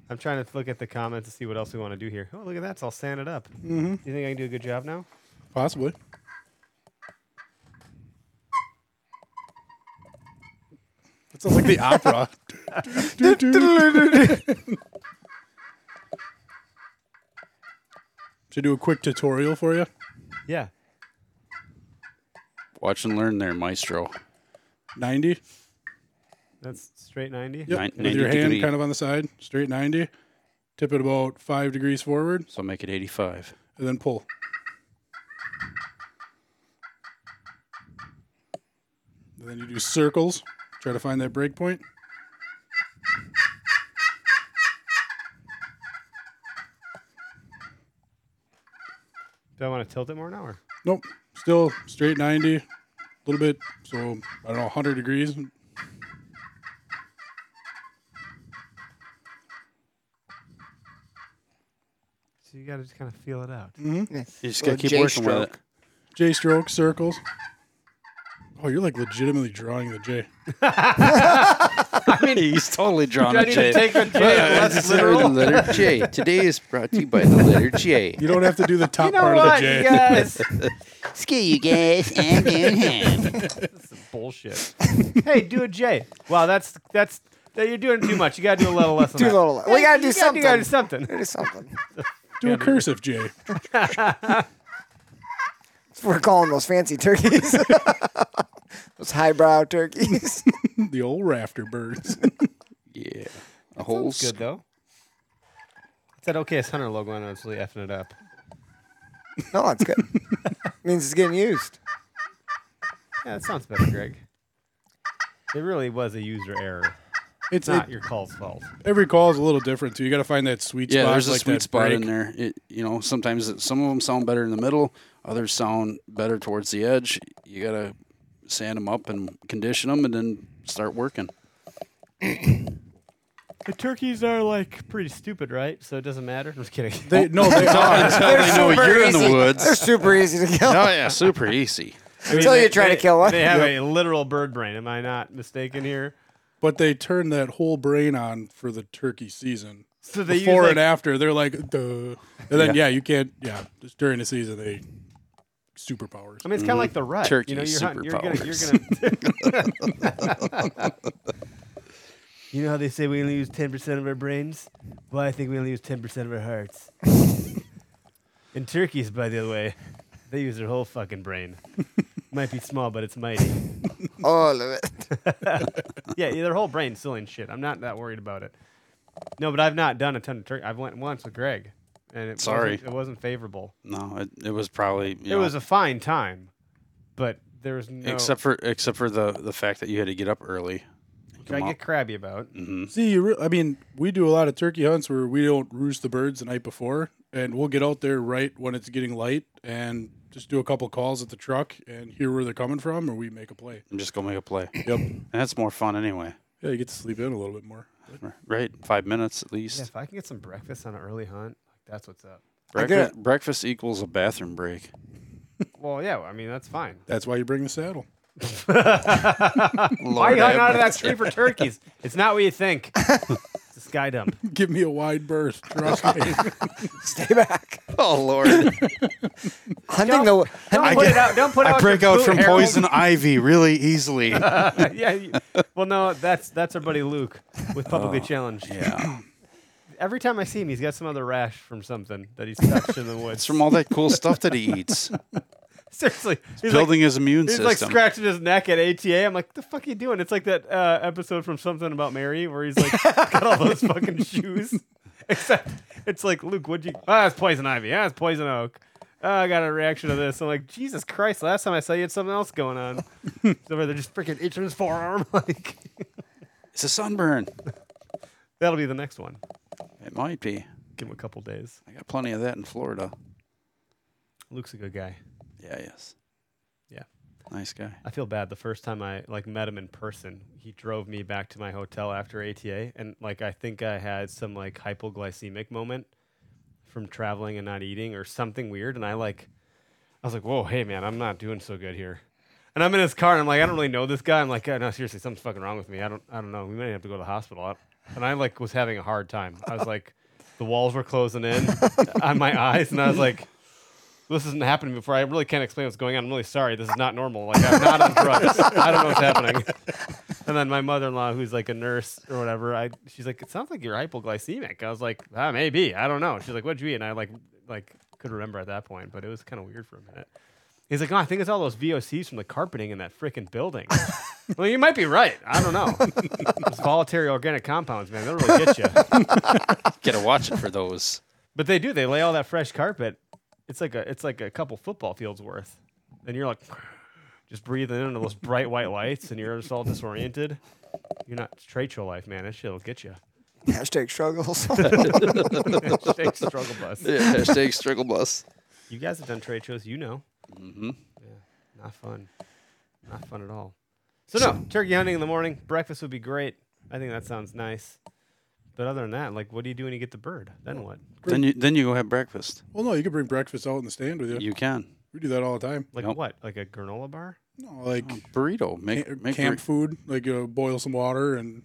I'm trying to look at the comments to see what else we want to do here. Oh, look at that! It's all sanded up. Mm-hmm. You think I can do a good job now?
Possibly. That sounds like the opera. Do, do, do, do. Should do a quick tutorial for you.
Yeah.
Watch and learn there, maestro.
Ninety.
That's straight ninety.
Yep.
Nin-
With
90
your hand
degree.
kind of on the side, straight 90. Tip it about five degrees forward
So make it 85.
and then pull. And then you do circles, try to find that break point.
Do I want to tilt it more now? Or?
Nope. Still straight 90, a little bit. So, I don't know, 100 degrees.
So you got to just kind of feel it out.
You just gotta
Little
keep
J
working with
stroke.
it.
J stroke, circles. Oh, you're like legitimately drawing the J.
I mean, he's totally drawn
Do I
a
need
J.
to take a J less literal?
The letter J. Today is brought to you by the letter J.
You don't have to do the top
You know
part
what,
of the J.
you guys?
Screw you guys. I'm doing ham.
Bullshit. hey, do a J. Wow, that's that's that you're doing too much. You got to do a little less. than
Do a
that.
little- we
Hey,
gotta do
you You got to do something.
It is something.
Do a cursive J.
That's what we're calling those fancy turkeys. those highbrow turkeys.
The old rafter birds.
Yeah. A whole
It's good though. It's that OKS Hunter logo and it's really effing it up.
no, that's good. Means it's getting used.
Yeah, that sounds better, Greg. It really was a user error. It's
It's
not
it-
your call's fault.
every call is a little different too. You got to find that sweet
Yeah,
spot.
there's a
like
sweet
that
spot
break.
in there. It, you know, sometimes it, some of them sound better in the middle, others sound better towards the edge. You gotta sand them up and condition them, and then start working.
The turkeys are like pretty stupid, right? So it doesn't matter. I'm just kidding.
Oh.
They, no, they are.
Until they know
super
you're in the
easy. They're
woods.
super easy to kill.
Oh yeah, super easy.
Until you try to kill one.
They have a literal bird brain. Am I not mistaken here?
But they turn that whole brain on for the turkey season.
So they
Before
use,
and
like-
after, they're like, duh. And then, yeah. you can't, yeah, just during the season, they superpowers.
I mean, it's kind of like the rut.
Mm-hmm. Turkey
you know, you're hunting, you're gonna, you're
superpowers.
gonna. you know how they say we only use ten percent of our brains? Well, I think we only use ten percent of our hearts. and turkeys, by the way, they use their whole fucking brain. Might be small, but it's mighty.
All of it.
yeah, yeah, their whole brain's still in shit. I'm not that worried about it. No, but I've not done a ton of turkey. I've went once with Greg, and it
Sorry.
wasn't, it wasn't favorable.
No, it, it was probably you
It
know,
was a fine time, but there was no.
except for except for the the fact that you had to get up early.
which I
Come
get crabby about.
Mm.
See, you re- I mean, we do a lot of turkey hunts where we don't roost the birds the night before, and we'll get out there right when it's getting light and just do a couple calls at the truck and hear where they're coming from, or we make a play.
I'm just gonna make a play. And
Yep.
that's more fun anyway,
yeah, you get to sleep in a little bit more.
right? Five minutes at
Yeah,
least.
if I can get some breakfast on an early hunt, like that's what's up.
I get
Breakfast, breakfast equals a bathroom break.
Well, yeah, I mean that's fine.
That's why you bring the saddle.
Why you hung out of that tree for turkeys? It's not what you think. it's a sky dump.
Give me a wide berth. Trust me.
Stay back.
Oh lord!
Hunting the
Don't
hunting
put it out. Don't put out.
I
your
break out
boot,
from
Harold.
poison ivy really easily.
yeah. You, well, no, that's that's our buddy Luke with publicly challenged.
Oh, Yeah.
Every time I see him, he's got some other rash from something that he's touched in the
It's
woods.
from all that cool stuff that he eats.
Seriously, he's like,
Building his immune
he's
system.
like scratching his neck at ATA. I'm like, the fuck you doing? It's like that uh, episode from Something About Mary where he's like got all those fucking shoes. Except it's like Luke, what'd you? Ah, it's poison ivy. Ah, it's poison oak. Oh, I got a reaction to this. I'm like, Jesus Christ! Last time I saw you, had something else going on. Somewhere they're just freaking itching his forearm. like
it's a sunburn.
that'll be the next one.
It might be.
Give him a couple days.
I got plenty of that in Florida.
Luke's a good guy.
Yeah, yes.
Yeah.
Nice guy.
I feel bad. The first time I like met him in person, he drove me back to my hotel after ATA, and like I think I had some like hypoglycemic moment from traveling and not eating or something weird, and I like I was like, "Whoa, hey man, I'm not doing so good here." And I'm in his car, and I'm like, "I don't really know this guy." I'm like, "Oh, "No, seriously, something's fucking wrong with me. I don't, I don't know. We may have to go to the hospital." I- And I like was having a hard time. I was like, the walls were closing in on my eyes, and I was like this isn't happening before. I really can't explain what's going on. I'm really sorry. This is not normal. Like I'm not on drugs. I don't know what's happening. And then my mother-in-law, who's like a nurse or whatever, I she's like, it sounds like you're hypoglycemic. I was like, ah, maybe. I don't know. She's like, what'd you eat? And I like like could remember at that point, but it was kind of weird for a minute. He's like, oh, I think it's all those VOCs from the carpeting in that freaking building. well, you might be right. I don't know. Those voluntary organic compounds, man, they'll really get you.
Gotta watch it for those.
But they do. They lay all that fresh carpet. It's like a it's like a couple football fields worth, and you're like, just breathing in those bright white lights, and you're just all disoriented. You're not it's tracheo life, man. That shit'll get you.
Hashtag struggles.
Hashtag struggle bus.
Yeah, hashtag struggle bus.
You guys have done trade shows, you know. Mm-hmm. Yeah, not fun. Not fun at all. So no, turkey hunting in the morning. Breakfast would be great. I think that sounds nice. But other than that, like, what do you do when you get the bird? Then what?
Then you then you go have breakfast.
Well, no, you could bring breakfast out in the stand with you.
You can
we do that all the time.
Like
Nope.
what? Like a granola bar?
No, like
burrito.
ca-
Oh, Make make
camp
burri-
food, like you know, boil some water, and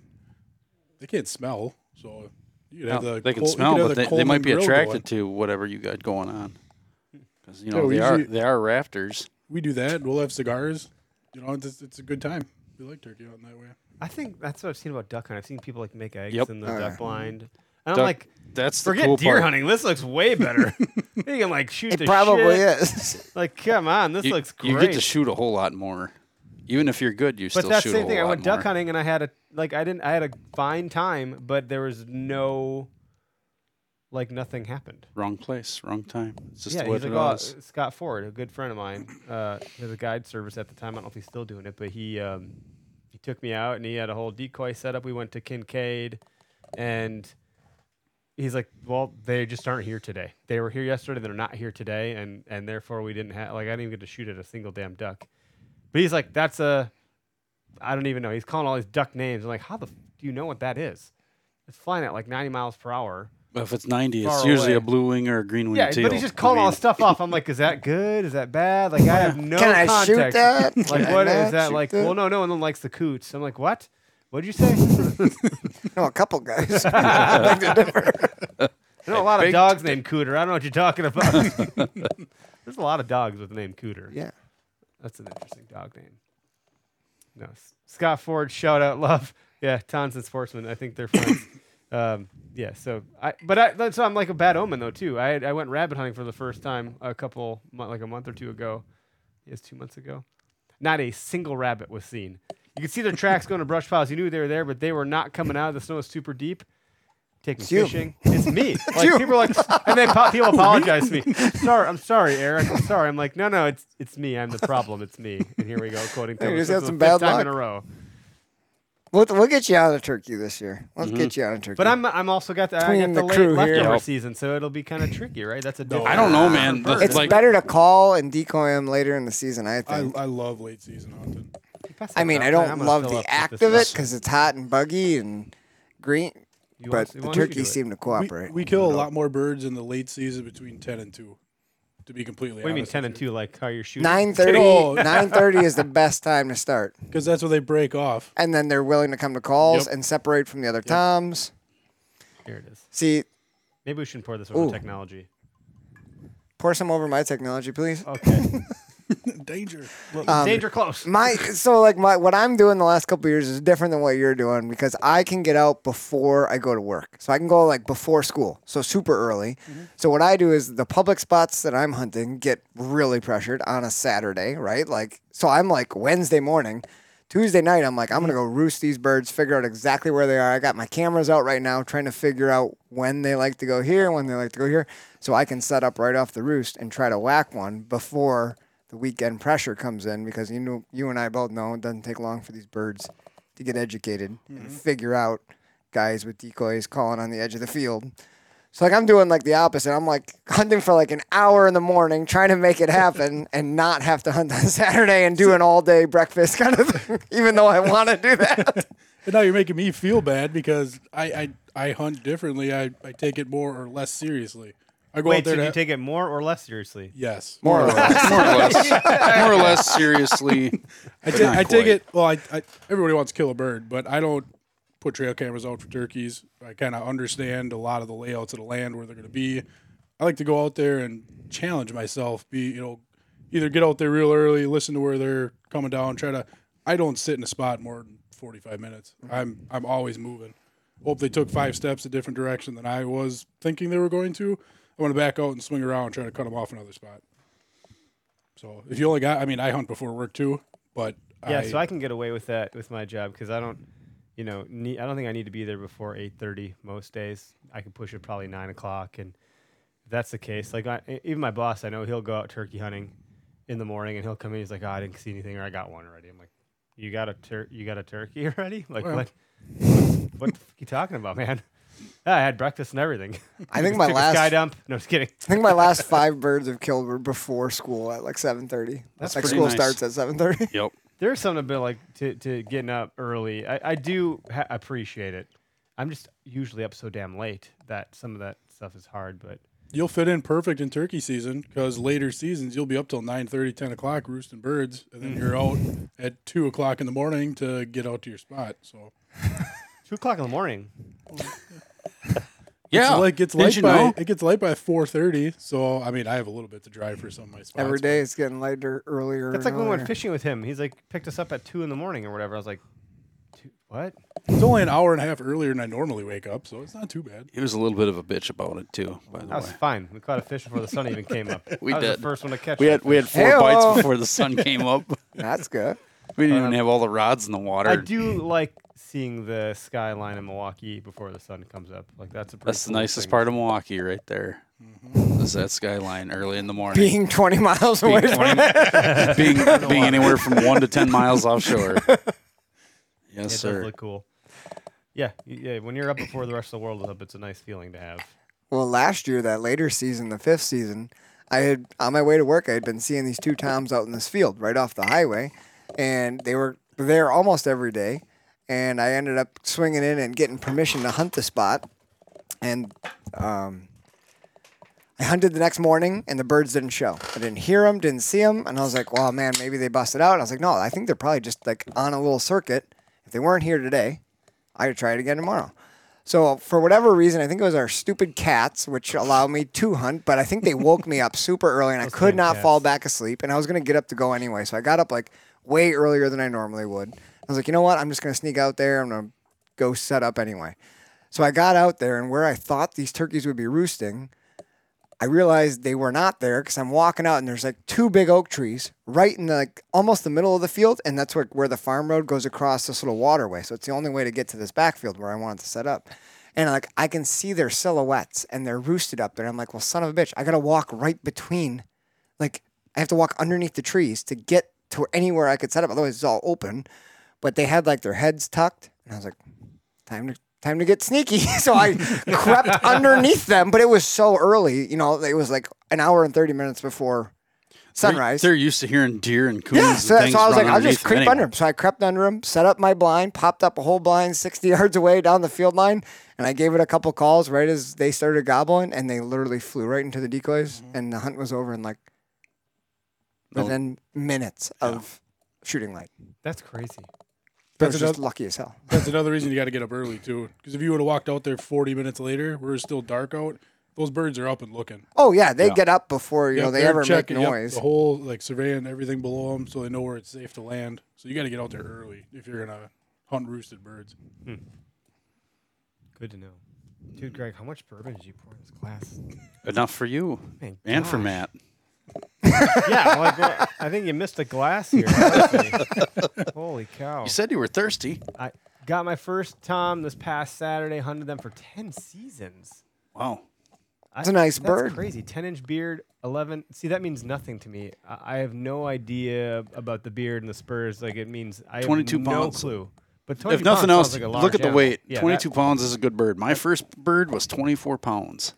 they can't smell, so you could have
No,
the
uh, they can
Col- you could
smell,
have
but
the
they, they might
Coleman
be
grill
attracted
going.
to whatever you got going on. Because you
Yeah,
know
we
they are
usually-
they are rafters.
We do that. We'll have cigars. You know, it's, it's a good time. We like turkey out in that way.
I think that's what I've seen about duck hunting. I've seen people like make eggs
Yep.
in the
Oh,
duck
yeah.
blind. And I'm
Duck-
like,
That's the
forget
cool
deer
part.
hunting. This looks way better. you can like shoot
it
the
probably
shit.
is.
Like, come on, this
You,
looks great.
you get to shoot a whole lot more. Even if you're good, you
but
still
that's
shoot
the
a
same
whole
thing. I
lot
went
more.
duck hunting and I had a like I didn't I had a fine time, but there was no like nothing happened.
Wrong place, wrong time. It's just
yeah,
the way
he's
it
like, oh,
was.
Scott Ford, a good friend of mine, uh, has a guide service at the time. I don't know if he's still doing it, but he um, he took me out and he had a whole decoy setup. We went to Kincaid, and he's like, "Well, they just aren't here today. They were here yesterday. They're not here today, and and therefore we didn't have like I didn't even get to shoot at a single damn duck." But he's like, "That's a, I don't even know." He's calling all these duck names. I'm like, "How the f- do you know what that is? It's flying at like 90 miles per hour."
But if it's 90, it's
far
usually a
away.
blue wing or a green wing
Yeah,
teal.
but he's just calling
I
all
mean,
this stuff off. I'm like, is that good? Is that bad? Like, I have no
Can I shoot
context.
that? Can
Like,
I
what is
not
that?
shoot
Like,
that?
well, no, no one likes the coots. I'm like, what? What'd you say?
No, a couple guys.
I know a lot of
Big-
dogs named Cooter. I don't know what you're talking about. There's a lot of dogs with the name Cooter.
yeah.
That's an interesting dog name. No, S- Scott Ford, shout out, love. Yeah, Townsend Sportsman. I think they're friends. um, yeah, so I, but I, that's I'm like a bad omen though too. I I went rabbit hunting for the first time a couple mo- like a month or two ago. Yes, two months ago. Not a single rabbit was seen. You could see their tracks going to brush piles. You knew they were there, but they were not coming out. The snow was super deep. Take me
you.
fishing. It's me. Like people are like, and then po- people apologize to me. Sorry, I'm sorry, Eric. I'm sorry. I'm like, no, no, it's it's me. I'm the problem. It's me. And here we go, quoting.
You
Taylor
just
Swift
had
for the
some bad
fifth time in
luck.
a row.
We'll, we'll get you out of turkey this year.
Mm-hmm.
Let's get you out of turkey.
But I'm I'm also got the, I got
Between
the,
the
late
crew
leftover
here.
season, so it'll be kind of tricky, right? That's a
I don't know, man. The-
it's
like,
better to call and decoy him later in the season, I
I,
think. I,
I love late season hunting.
mean, I don't love the act of it because it's hot and buggy and green, but
You want- you
the
want to do
turkeys
it.
seem to
We,
cooperate.
we kill a lot more birds in the late season between 10 and 2, to be completely
What do you mean
honest.
ten and two? Like how you're shooting?
9.30,
Oh.
9.30 is the best time to start.
Because that's when they break off.
And then they're willing to come to calls
Yep.
and separate from the other toms.
Here it is.
See,
Maybe we shouldn't pour this over
Ooh.
technology.
pour some over my technology, please.
Okay.
Danger.
Um,
Danger close.
my so like my what I'm doing the last couple of years is different than what you're doing because I can get out before I go to work. So I can go like before school, so super early. So what I do is the public spots that I'm hunting get really pressured on a Saturday, right? Like so I'm like Wednesday morning, Tuesday night I'm like I'm going to go roost these birds, figure out exactly where they are. I got my cameras out right now trying to figure out when they like to go here, when they like to go here so I can set up right off the roost and try to whack one before the weekend pressure comes in because you know you and I both know it doesn't take long for these birds to get educated and figure out guys with decoys calling on the edge of the field. So like I'm doing like the opposite. I'm like hunting for like an hour in the morning trying to make it happen and not have to hunt on Saturday and do an all day breakfast kind of thing, even though I want to do that.
And now you're making me feel bad because I, I, I hunt differently. I, I take it more or less seriously. I go out
Wait,
there
so
to
do you
ha-
take it more or less seriously?
Yes.
More or less.
more or less, more or less seriously.
I, ta- I take it. Well, I, I everybody wants to kill a bird, but I don't put trail cameras out for turkeys. I kind of understand a lot of the layouts of the land where they're going to be. I like to go out there and challenge myself. Be you know, either get out there real early, listen to where they're coming down, try to. I don't sit in a spot more than forty five minutes. I'm I'm always moving. Hope they took five steps a different direction than I was thinking they were going to. I want to back out and swing around and try to cut them off another spot. So if you only got, I mean, I hunt before work too, but
Yeah,
I,
so I can get away with that with my job because I don't, you know, need, I don't think I need to be there before eight thirty most days. I can push it probably nine o'clock, and if that's the case. Like I, e- even my boss, I know he'll go out turkey hunting, in the morning, and he'll come in. He's like, oh, I didn't see anything, or I got one already. I'm like, you got a tur- you got a turkey already? Like
Well.
what? What the fuck you talking about, man? "Yeah, I had breakfast and everything.
I think my
Took a
last
sky
I
dump. No, just kidding.
think my last five birds I've killed were before school at like seven thirty.
That's
like
pretty
school
nice.
starts at seven thirty.
Yep.
There's something about like to, to getting up early. I, I do ha- appreciate it. I'm just usually up so damn late that some of that stuff is hard. But
You'll fit in perfect in turkey season because later seasons you'll be up till 9, 10 o'clock roosting birds, and then you're out at two o'clock in the morning to get out to your spot. So
two o'clock in the morning.
Yeah.
it's like gets
Did
light
you
by
know?
it gets light by four thirty. So I mean, I have a little bit to drive for some of my spots.
Every
but
day it's getting lighter earlier.
That's
and
like when we went
earlier.
fishing with him. He's like picked us up at two in the morning or whatever. I was like, two, what?
It's only an hour and a half earlier than I normally wake up, so it's not too bad.
He was a little bit of a bitch about it too. By the
That was
way,
fine. We caught a fish before the sun even came up.
We
I was
did.
the first one to catch.
we
that
had we
fish.
had four
Hey-o.
bites before the sun came up.
That's good.
We didn't even have all the rods in the water.
Uh, I do like seeing the skyline in Milwaukee before the sun comes up. Like that's a pretty
That's the
cool
nicest
thing.
part of Milwaukee, right there.
Mm-hmm.
Is that skyline early in the morning?
Being twenty miles away
being,
from
20 being, being anywhere from one to ten miles offshore. Yes,
It
sir.
does look cool. Yeah, y- yeah. When you're up before the rest of the world is up, it's a nice feeling to have.
Well, last year, that later season, the fifth season, I had on my way to work, I had been seeing these two toms out in this field right off the highway, and they were there almost every day. And I ended up swinging in and getting permission to hunt the spot, and um, I hunted the next morning, and the birds didn't show. I didn't hear them, didn't see them, and I was like, "Well, man, maybe they busted out." And I was like, "No, I think they're probably just like on a little circuit. If they weren't here today, I could try it again tomorrow." So for whatever reason, I think it was our stupid cats, which allow me to hunt, but I think they woke me up super early and I could
damn
not
cats.
fall back asleep. And I was gonna get up to go anyway, so I got up like way earlier than I normally would. I was like, you know what? I'm just gonna sneak out there. I'm gonna go set up anyway. So I got out there, and where I thought these turkeys would be roosting, I realized they were not there because I'm walking out, and there's like two big oak trees right in the like, almost the middle of the field, and that's where where the farm road goes across this little waterway. So it's the only way to get to this backfield where I wanted to set up. And like I can see their silhouettes, and they're roosted up there. I'm like, well, son of a bitch, I gotta walk right between, like I have to walk underneath the trees to get to anywhere I could set up. Otherwise, it's all open. But they had like their heads tucked, and I was like, time to time to get sneaky. so I crept underneath them, but it was so early, you know, it was like an hour and 30 minutes before sunrise.
They're, they're used to hearing deer and coons.
yeah,
and
so, that's
things
so I was
run
like, I'll
underneath
just creep
them
under
anyway.
them. So I crept under them, set up my blind, popped up a whole blind 60 yards away down the field line, and I gave it a couple calls right as they started gobbling, and they literally flew right into the decoys,
Mm-hmm.
and the hunt was over in like
No.
within minutes of shooting light.
That's crazy.
But it was
That's
just lucky as hell.
That's another reason you got to get up early too, because if you would have walked out there forty minutes later, where it's still dark out, those birds are up and looking.
Oh, yeah, they get up before, you
Yep,
know, they
they're
ever make
yep,
noise.
the whole like surveying everything below them, so they know where it's safe to land. So you got to get out there early if you're gonna hunt roosted birds.
Good to know. Dude, Greg, how much bourbon did you pour in this glass?
Enough for you
Thank
and for
gosh.
Matt.
yeah, like, well, I think you missed a glass here. honestly. Holy cow!
You said you were thirsty.
I got my first tom this past Saturday. Hunted them for ten seasons.
Wow.
I-
It's a nice
that's
bird.
Crazy. Ten inch beard. Eleven. See, that means nothing to me. I, I have no idea about the beard and the spurs. Like it means I have
22
no
pounds.
clue. But 22
If nothing
pounds
else,
sounds like a large
look at the
animal.
weight.
Yeah, that-
22 pounds is a good bird. My first bird was 24 pounds.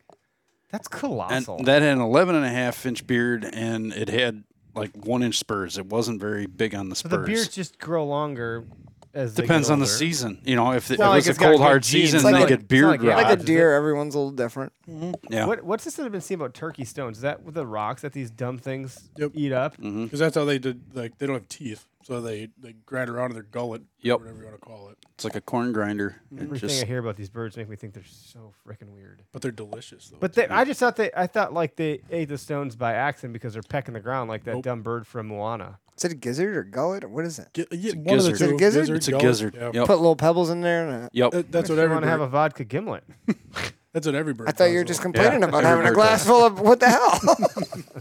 that's
And
colossal.
that had an 11 and a half inch beard and it had like one inch spurs. It wasn't very big on the
so
spurs.
the beards just grow longer as they get
Depends on the
older.
season. You know, if it,
not like
was a
it's got
cold
good
hard
genes.
season,
It's like
they
a-
get
it's
beard
not like a-
rot.
like a
Rods, is
deer, everyone's a little different.
Mm.
yeah.
What, what's this that I've been seeing about turkey stones? Is that with the rocks that these dumb things
Yep.
eat up?
Mm-hmm.
Because that's how they did. Like they don't have teeth, so they they grind around in their gullet,
Yep.
whatever you want to call it.
It's like a corn grinder. It
Everything
just-
I hear about these birds make me think they're so freaking weird.
But they're delicious though.
But they, I just thought they, I thought like they ate the stones by accident because they're pecking the ground like that
Nope.
dumb bird from Moana.
Is it a gizzard or gullet? Or what is it?
Gi- yeah,
a
one of the
gizzard.
two.
Is it a gizzard?
it's a
gullet,
gizzard.
yeah.
Yep.
Put little pebbles in there. And, uh,
Yep.
That- that's what
If you
every
want
bird.
to have a vodka gimlet.
that's what every bird.
I thought you
does,
were just
though.
complaining
Yeah,
about
every
having a
bird
glass
does.
full of what the hell?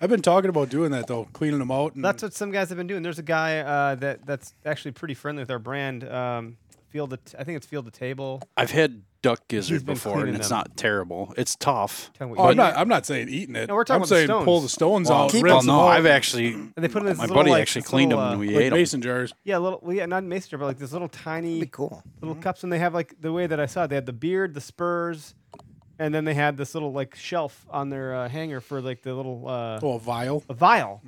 I've been talking about doing that though, cleaning them out. And
That's what some guys have been doing. There's a guy uh, that that's actually pretty friendly with our brand, um, field. To t- I think it's field to table.
I've had duck gizzard
been
before, and
cleaning
it's
them.
not terrible. It's tough.
Tell me what
Oh,
you
I'm
do.
not. I'm not saying eating it.
No, we're talking
I'm
about the
saying pull
stones.
the stones
Well,
out.
keep
Rinse
them.
Well,
them
no,
out,
I've actually.
they put 'em in
my
this
buddy
little, like,
actually
this
cleaned
little, uh,
them when we
like
ate them.
mason jars.
Yeah, little. Well, yeah, not mason jar, but like this little tiny
Be cool.
little cups, and they have like the way that I saw. It, they had the beard, the spurs, and then they had this little like shelf on their uh, hanger for like the little uh,
Oh, a vial.
a vial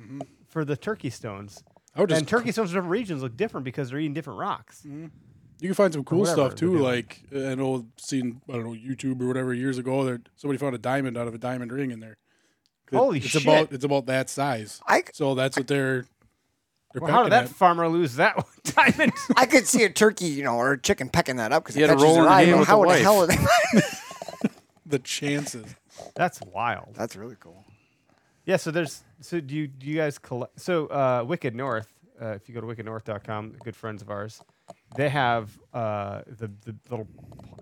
for the turkey stones.
I would just
and turkey stones in different regions look different because they're eating different rocks.
You can find some cool
whatever
stuff
they're
too.
doing.
Like uh, I know, seen I don't know YouTube or whatever years ago. There somebody found a diamond out of a diamond ring in there. That-
Holy
it's
shit.
About, it's about that size.
I c-
so that's what they're. they're
Well, how did
pecking
that
at.
farmer lose that one diamond?
I could see a turkey, you know, or a chicken pecking that up because
You
it
had a
catches
roll in
their
the
eye.
game
and
with
How
the
in the hell? Are
wife.
they...
The chances.
That's wild.
That's really cool.
Yeah. So there's. So do you do you guys collect? So uh, Wicked North. Uh, if you go to wickednorth.com, good friends of ours, they have uh, the the little.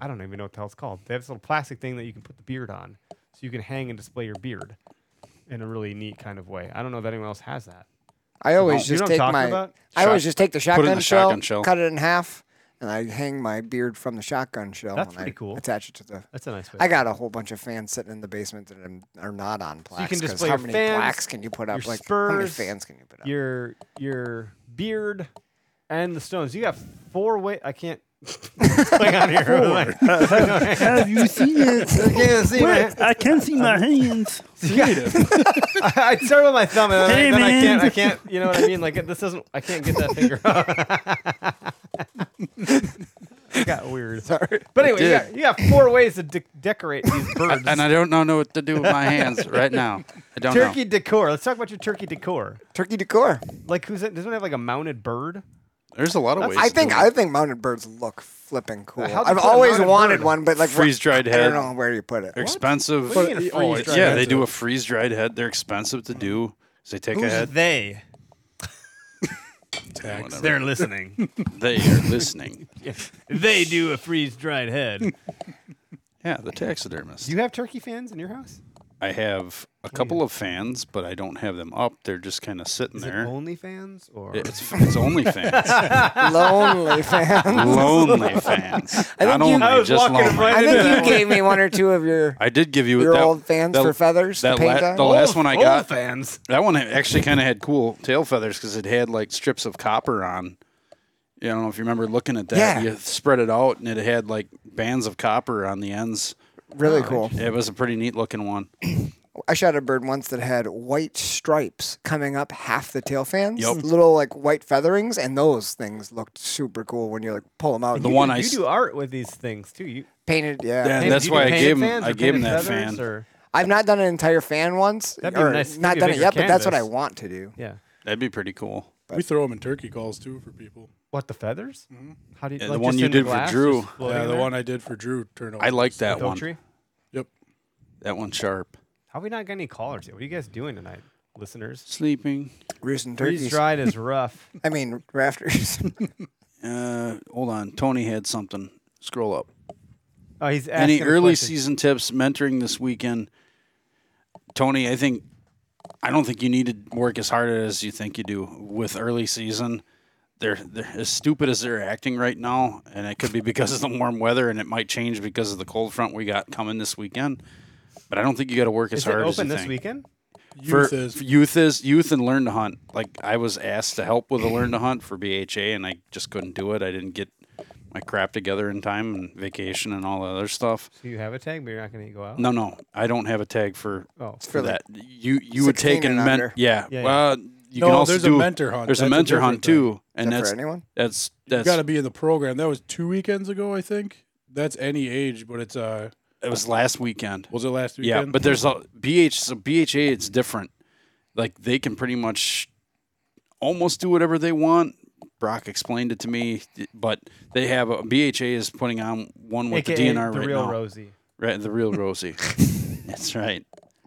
I don't even know what the hell it's called. They have this little plastic thing that you can put the beard on, so you can hang and display your beard in a really neat kind of way. I don't know if anyone else has that.
I always
you know
just
what I'm
take
talking
my.
about?
I always
Shot-
just take the
put it in
shotgun,
the
shell,
shotgun shell.
cut it in half, and I hang my beard from the shotgun shell.
That's
and
pretty
I
cool.
Attach it to the.
That's a nice way.
I got a whole bunch of fans sitting in the basement that are- are not on plaques.
can
'cause
display
how
your
many
fans,
plaques can you put up?
your
like how many
spurs,
fans can you put up?
your your beard and the stones. You got four way. I can't. Hang on here.
Have you seen it? Wait, I can't see my hands.
I start with my thumb and then,
Hey,
I, then I
man.
can't. I can't. You know what I mean? Like this doesn't. I can't get that finger out. it got weird. Sorry. But anyway, you
did.
got, you got four ways to de- decorate these birds.
And I don't know know what to do with my hands right now. I don't
Uh, turkey
know.
decor. Let's talk about your turkey decor.
Turkey decor.
Like who's it? Doesn't it have like a mounted bird?
There's a lot of ways.
I
to
think
do
I
it.
think mounted birds look flipping cool.
how'd you
I've
put a
always
mounted
wanted
bird?
one, but like where-
Freeze-dried
I
head.
don't know where you put it.
They're expensive.
What do you mean a
Oh,
freeze
it's-
dried?
yeah,
That's
they do
a-
a freeze dried head. They're expensive to do. So they take a
Who's
head.
they?
Tax.
They're listening.
They are listening.
they do a freeze dried head.
Yeah, the taxidermist.
Do you have turkey fans in your house?
I have a couple of fans, but I don't have them up. They're just kind of sitting
Is
there.
it only fans or
It's it's only fans,
Lonely fan.
lonely fans. Not
you-
only,
I was
just
walking
lonely.
right
I
into that
think
one.
you gave me one or two of your
I did give you
your
that,
old fans
that-
for feathers to
That
paint
la-
on?
the
Old-
last one I
Old
got,
fans.
that one actually kind of had cool tail feathers because it had like strips of copper on. You know, if you remember looking at that,
Yeah.
you spread it out and it had like bands of copper on the ends.
really cool.
It was a pretty neat looking one.
I shot a bird once that had white stripes coming up half the tail fans,
Yup.
little like white featherings, and those things looked super cool when you like pull them out.
The
you
one
you
I s-
do art with these things too. You
painted, yeah.
Yeah, And
Hey,
that's
do you
why
do
I
painted
gave him-
fans
I
or
gave him
painted
that
feathers
fan.
Or,
I've not done an entire fan once,
That'd be
or
nice.
not
Maybe a
done it
bigger
yet, but that's what I
canvas.
want to do.
yeah.
That'd be pretty cool.
we throw them in turkey calls too for people.
What the feathers? How do you?
Yeah,
like
the one
just
you
in the
did for
glass,
Drew.
just floating
Yeah,
in
the
there?
one I did for Drew turned out.
I like that
Oak
one.
tree?
Yep.
That one sharp.
How we not got any callers yet? What are you guys doing tonight, listeners?
Sleeping.
Roosting
Freeze
turkeys.
dried is rough.
I mean rafters.
Uh, hold on. Tony had something. Scroll up.
Oh, he's
Any
asking a
early
question.
season tips, mentoring this weekend? Tony, I think I don't think you need to work as hard as you think you do with early season. They're, they're as stupid as they're acting right now, and it could be because of the warm weather, and it might change because of the cold front we got coming this weekend. But I don't think you got to work as
Is it
hard as you
open this
think.
weekend?
Youth
for,
is
for youth is youth and learn to hunt. Like I was asked to help with a learn to hunt for BHA, and I just couldn't do it. I didn't get my crap together in time and vacation and all the other stuff.
Do you have a tag, but you're not going to go out?
No, no, I don't have a tag for
Oh,
for
the
that. You you would
16
take and
and
men-
under.
yeah.
Yeah, yeah.
Well, you
No,
can also
there's a
do
mentor hunt.
There's a
That's a
mentor
different
hunt
thing.
too, and
Is that
that's
for anyone?
that's
you
that's
got to be in the program. That was two weekends ago, I think. That's any age, but it's uh,
it was last weekend.
was it last
Yeah,
weekend?
but there's a BH so BHA it's different. Like they can pretty much almost do whatever they want. Brock explained it to me, but they have a BHA is putting on one with
AKA
the DNR
the
right
real
now.
Rosie.
Right, the real Rosie. That's right.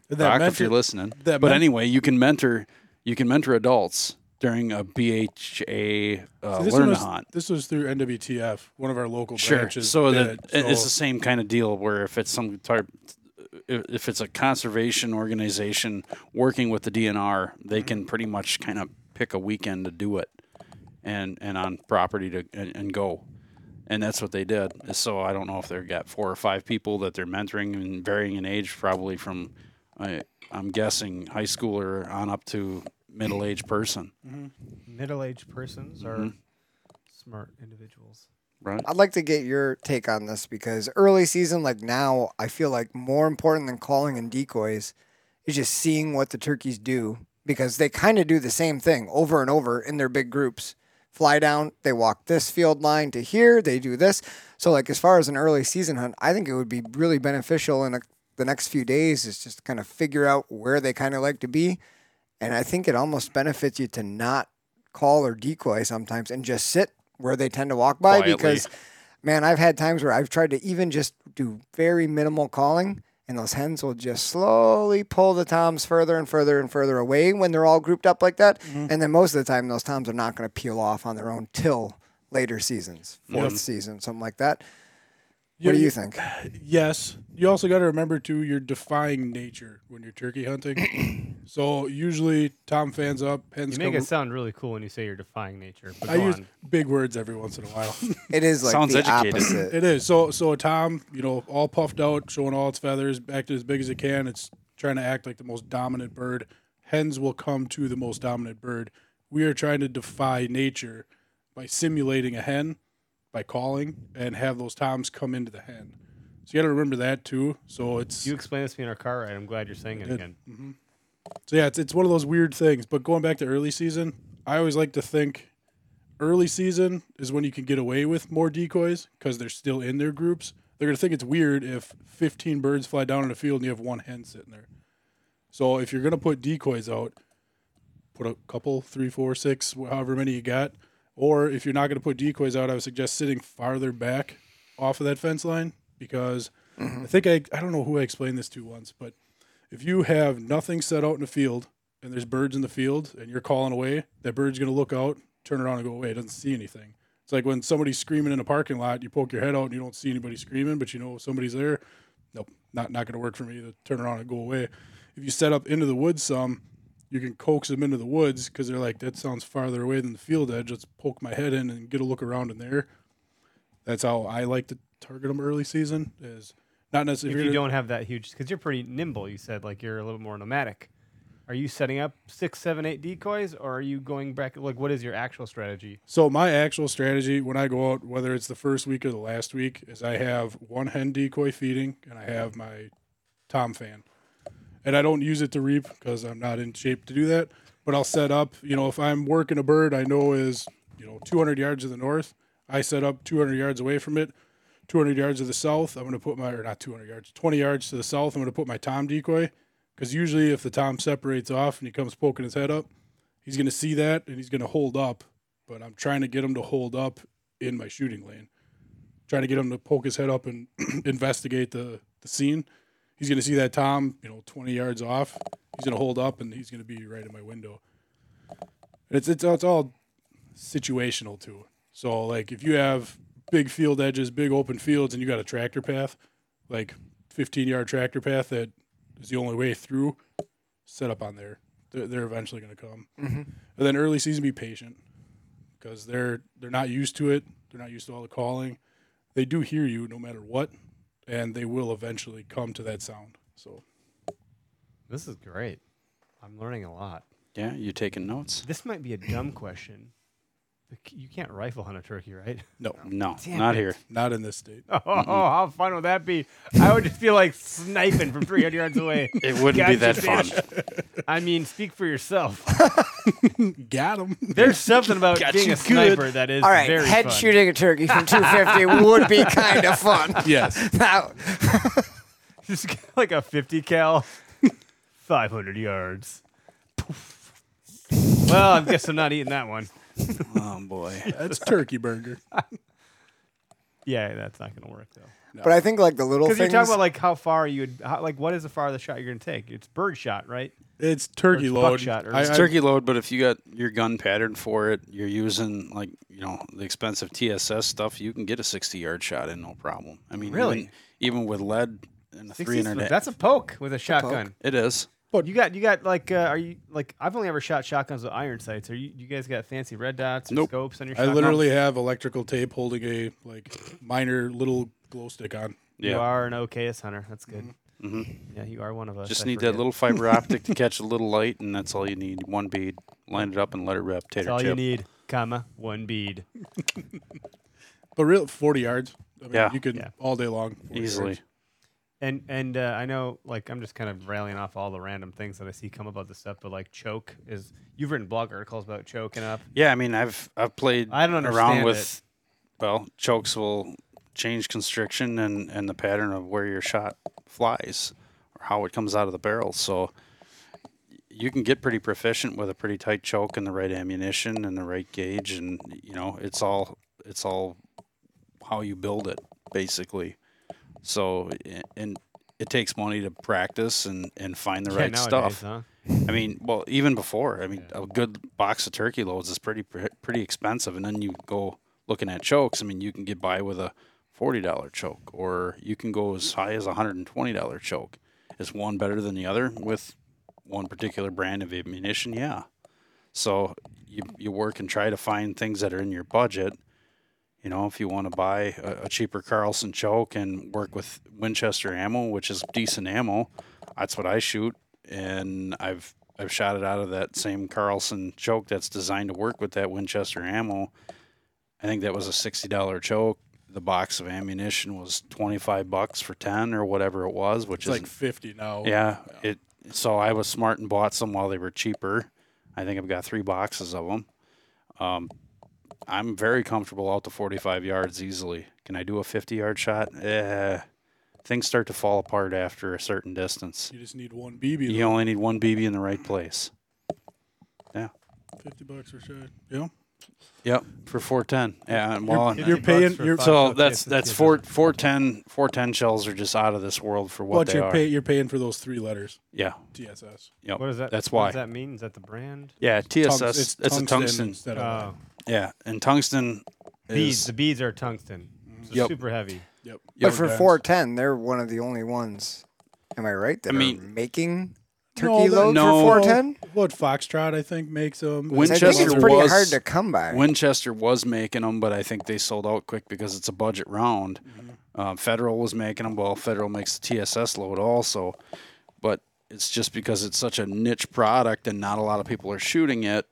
that
Brock, if
mentor-
you're listening.
that
but
men-
anyway, you can mentor you can mentor adults during a BHA uh,
See, this
learn a
one was,
hunt.
This was through NWTF, one of our local
Sure.
branches.
So that
did it,
it- it's
so-
the same kind of deal where if it's some type, if if it's a conservation organization working with the DNR, they can pretty much kind of pick a weekend to do it, and and on property to and, and go. And that's what they did. So I don't know if they've got four or five people that they're mentoring and varying in age, probably from, I, I'm guessing, high schooler on up to middle aged person.
Middle-aged persons are
Mm-hmm.
smart individuals.
Right.
I'd like to get your take on this because early season, like now, I feel like more important than calling in decoys is just seeing what the turkeys do because they kind of do the same thing over and over in their big groups. Fly down, they walk this field line to here, they do this. So, like, as far as an early season hunt, I think it would be really beneficial in a, the next few days is just kind of figure out where they kind of like to be. And I think it almost benefits you to not call or decoy sometimes and just sit where they tend to walk by
Quietly.
because man, I've had times where I've tried to even just do very minimal calling and those hens will just slowly pull the toms further and further and further away when they're all grouped up like that. And then most of the time those toms are not going to peel off on their own till later seasons, fourth season, something like that. What do you think?
Yes. You also got to remember too, you're defying nature when you're turkey hunting. so usually, Tom fans up, hens
You make
come.
it sound really cool when you say you're defying nature. But
I
go
use
on.
big words every once in a while.
It is like
Sounds
the
educated.
opposite.
it is so. So Tom, you know, all puffed out, showing all its feathers, acting as big as it can. It's trying to act like the most dominant bird. Hens will come to the most dominant bird. We are trying to defy nature by simulating a hen by calling and have those toms come into the hen. So you got to remember that too. So it's
You explained this to me in our car ride. I'm glad you're saying it again.
So yeah, it's it's one of those weird things. But going back to early season, I always like to think early season is when you can get away with more decoys because they're still in their groups. They're gonna think it's weird if 15 birds fly down in a field and you have one hen sitting there. So if you're gonna put decoys out, put a couple, three, four, six, wh- however many you got. Or if you're not gonna put decoys out, I would suggest sitting farther back off of that fence line because I think I I don't know who I explained this to once, but if you have nothing set out in the field and there's birds in the field and you're calling away, that bird's going to look out, turn around, and go away. It doesn't see anything. It's like when somebody's screaming in a parking lot, you poke your head out and you don't see anybody screaming, but you know somebody's there. Nope, not not going to work for me to turn around and go away. If you set up into the woods some, you can coax them into the woods because they're like, that sounds farther away than the field edge. Let's poke my head in and get a look around in there. That's how I like to target them early season. Is not
If
necessarily
you don't have that huge, because you're pretty nimble, you said like you're a little more nomadic. Are you setting up six, seven, eight decoys, or are you going back? Like, what is your actual strategy?
So my actual strategy when I go out, whether it's the first week or the last week, is I have one hen decoy feeding and I have my tom fan, and I don't use it to reap because I'm not in shape to do that. But I'll set up. You know, if I'm working a bird I know is you know 200 yards to the north, I set up 200 yards away from it. 200 yards to the south, I'm going to put my or not 200 yards, 20 yards to the south, I'm going to put my tom decoy because usually if the tom separates off and he comes poking his head up, he's going to see that and he's going to hold up but I'm trying to get him to hold up in my shooting lane. Trying to get him to poke his head up and investigate the, the scene. He's going to see that Tom, you know, 20 yards off. He's going to hold up and he's going to be right in my window. And it's, it's, it's all situational too. So, like, if you have big field edges, big open fields, and you got a tractor path, like 15 yard tractor path that is the only way through, set up on there. They're, they're eventually going to come. And then early season, be patient because they're they're not used to it. They're not used to all the calling. They do hear you no matter what, and they will eventually come to that sound. So
This is great. I'm learning a lot.
Yeah, you taking notes?
This might be a dumb question. but c- You can't rifle hunt a turkey, right?
no,
No, not here.
not in this state.
Oh, how fun would that be? I would just feel like sniping from 300 yards away.
It wouldn't be that
Gotcha,
fun.
I mean, speak for yourself.
Got him.
There's something about
Got
being
you
a
good.
sniper that is
All right,
very
head
fun.
shooting a turkey from 250 would be kind of fun.
yes.
Now,
Just get like a 50 cal, 500 yards. Poof. Well, I guess I'm not eating that one.
Oh boy.
That's turkey burger.
Yeah, that's not going to work though.
but I think like the little
Because
things.
you're talking about like how far you would, how, like what is the farthest shot you're going to take? It's bird shot, right?
It's turkey
Or it's
load.
buckshot, or
I-
it's
I-
turkey load, but if you got your gun patterned for it, you're using like you know the expensive TSS stuff. You can get a 60 yard shot in no problem. I mean,
Really?
even, even with lead and a
60
300.
That's a poke with a shotgun.
It is.
But
You got you got like uh, are you like I've only ever shot shotguns with iron sights. Are you you guys got fancy red dots or
Nope.
scopes on your?
I
shotguns?
literally have electrical tape holding a like minor little glow stick on.
You
Yeah. Mm-hmm.
are an OKS hunter. That's good. Yeah, you are one of us.
Just
I
need
forget.
that little fiber optic to catch a little light, and that's all you need. One bead, line it up, and let it rip. Tater
That's all
chip.
you need, comma one bead.
But real forty yards. I mean,
Yeah.
you can
Yeah.
all day long 40
Easily.
yards.
And and uh, I know like I'm just kind of rallying off all the random things that I see come about this stuff, but like choke is you've written blog articles about choking up.
Yeah, I mean, I've I've played
I don't
around
understand
with. Well, chokes will change constriction and and the pattern of where your shot flies or how it comes out of the barrel. So you can get pretty proficient with a pretty tight choke and the right ammunition and the right gauge, and you know it's all it's all how you build it basically. So a- and it takes money to practice and and find the
Yeah,
right
nowadays,
stuff.
Huh?
I mean, well, even before, I mean, a good box of turkey loads is pretty pre- pretty expensive, and then you go looking at chokes. I mean, you can get by with a forty dollar choke, or you can go as high as a hundred and twenty dollar choke. Is one better than the other with one particular brand of ammunition? Yeah. So you you work and try to find things that are in your budget. You know, if you want to buy a, a cheaper Carlson choke and work with Winchester ammo, which is decent ammo, that's what I shoot, and I've I've shot it out of that same Carlson choke that's designed to work with that Winchester ammo. I think that was a sixty dollar choke. The box of ammunition was twenty five bucks for ten or whatever it was, which
It's
is
like fifty now.
yeah, it. So I was smart and bought some while they were cheaper. I think I've got three boxes of them. Um, I'm very comfortable out to 45 yards easily. Can I do a 50 yard shot? Eh, things start to fall apart after a certain distance.
You just need one BB.
You
though.
only need one BB in the right place.
Fifty bucks for sure. Yeah.
Yep, for 410. Yeah, and well, and-
you're paying- you're-
so that's that's four 410 410 shells are just out of this world for what
but
they
you're
are.
pay, you're paying for those three letters.
yeah,
TSS.
yep.
What is that?
That's
What
why.
does that mean? Is that the brand?
Yeah, TSS.
Tungs-
it's, a tungsten.
instead of
Oh,
Yeah, and tungsten
beads.
is
The beads are tungsten. So
Yep.
super heavy.
yep.
Yeah,
But for
guys.
410, they're one of the only ones. Am I right? That
I
are
mean-
making
No,
turkey
the-
load
no.
for 410.
What Foxtrot I think makes them.
Win-
I think it's
Winchester
pretty
was-
hard to come by.
Winchester was making them, but I think they sold out quick because it's a budget round.
Mm-hmm.
Uh, Federal was making them. Well, Federal makes the TSS load also, but it's just because it's such a niche product and not a lot of people are shooting it.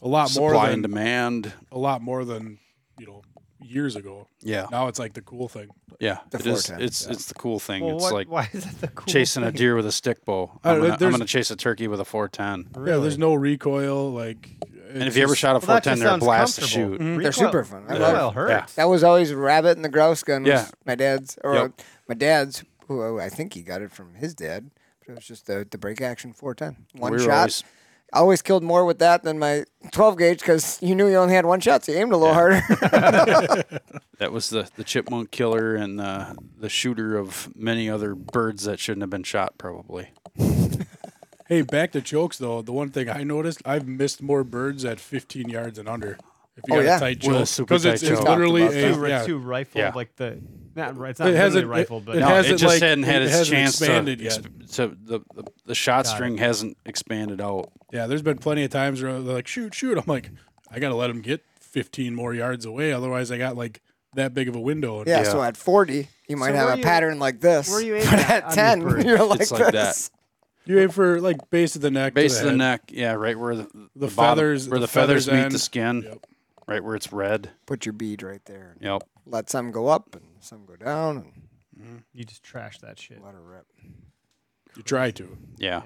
a lot more
Supply and
than
demand.
a lot more than you know years ago.
Yeah,
Now it's like the cool thing.
yeah.
The
It is.
410,
It's it's the cool thing.
Well,
it's
what-
like
why is that the cool
chasing a
thing? Oh,
deer with a stick bow.
Uh,
I'm gonna, I'm
there's-
gonna chase a turkey with a 410.
Yeah, there's no recoil. Like,
And if you ever shot a
Well, that
410,
just
they're a
sounds
blast to
comfortable.
shoot.
Recoil-
Mm-hmm. They're super fun. I love it.
Recoil hurts.
That was always rabbit and the grouse gun. was
Yeah.
my dad's or
Yep.
my dad's, who oh, I think he got it from his dad. But it was just the the break action 410, one
We were
shot.
always-
I always killed more with that than my 12 gauge because you knew you only had one shot, so you aimed a little harder.
That was the, the chipmunk killer and the, the shooter of many other birds that shouldn't have been shot, probably.
Hey, back to chokes though. The one thing I noticed, I've missed more birds at 15 yards and under. If you
Oh,
got
yeah.
a tight
With a
choke,
super
because it's,
tight
it's
choke.
literally
Talked
a
about
Two,
yeah.
two rifle,
Yeah.
like the not it's not
It
literally
hasn't
rifle,
it,
but
it
No,
hasn't
it just
like,
hadn't had
it
its
hasn't
chance
expanded
to,
yet.
exp- to the, the, the shot string hasn't expanded out.
Yeah, there's been plenty of times where they're like, shoot, shoot. I'm like, I gotta let him get 15 more yards away, otherwise I got like that big of a window.
yeah, so at 40, you might
So where
have a
you-
pattern like this.
where you aiming
but
at
at
on these
10,
birds?
you're like
It's like that.
this.
you aim for like base of the neck, to
Base of the
head.
neck, yeah, right where the, the, bottom-
feathers-
where the,
the
feathers,
feathers
meet the
end.
skin,
Yep.
right where it's red.
Put your bead right there.
Yep.
Let some go up and some go down and
you just trash that shit.
let her rip.
You try to.
Yeah.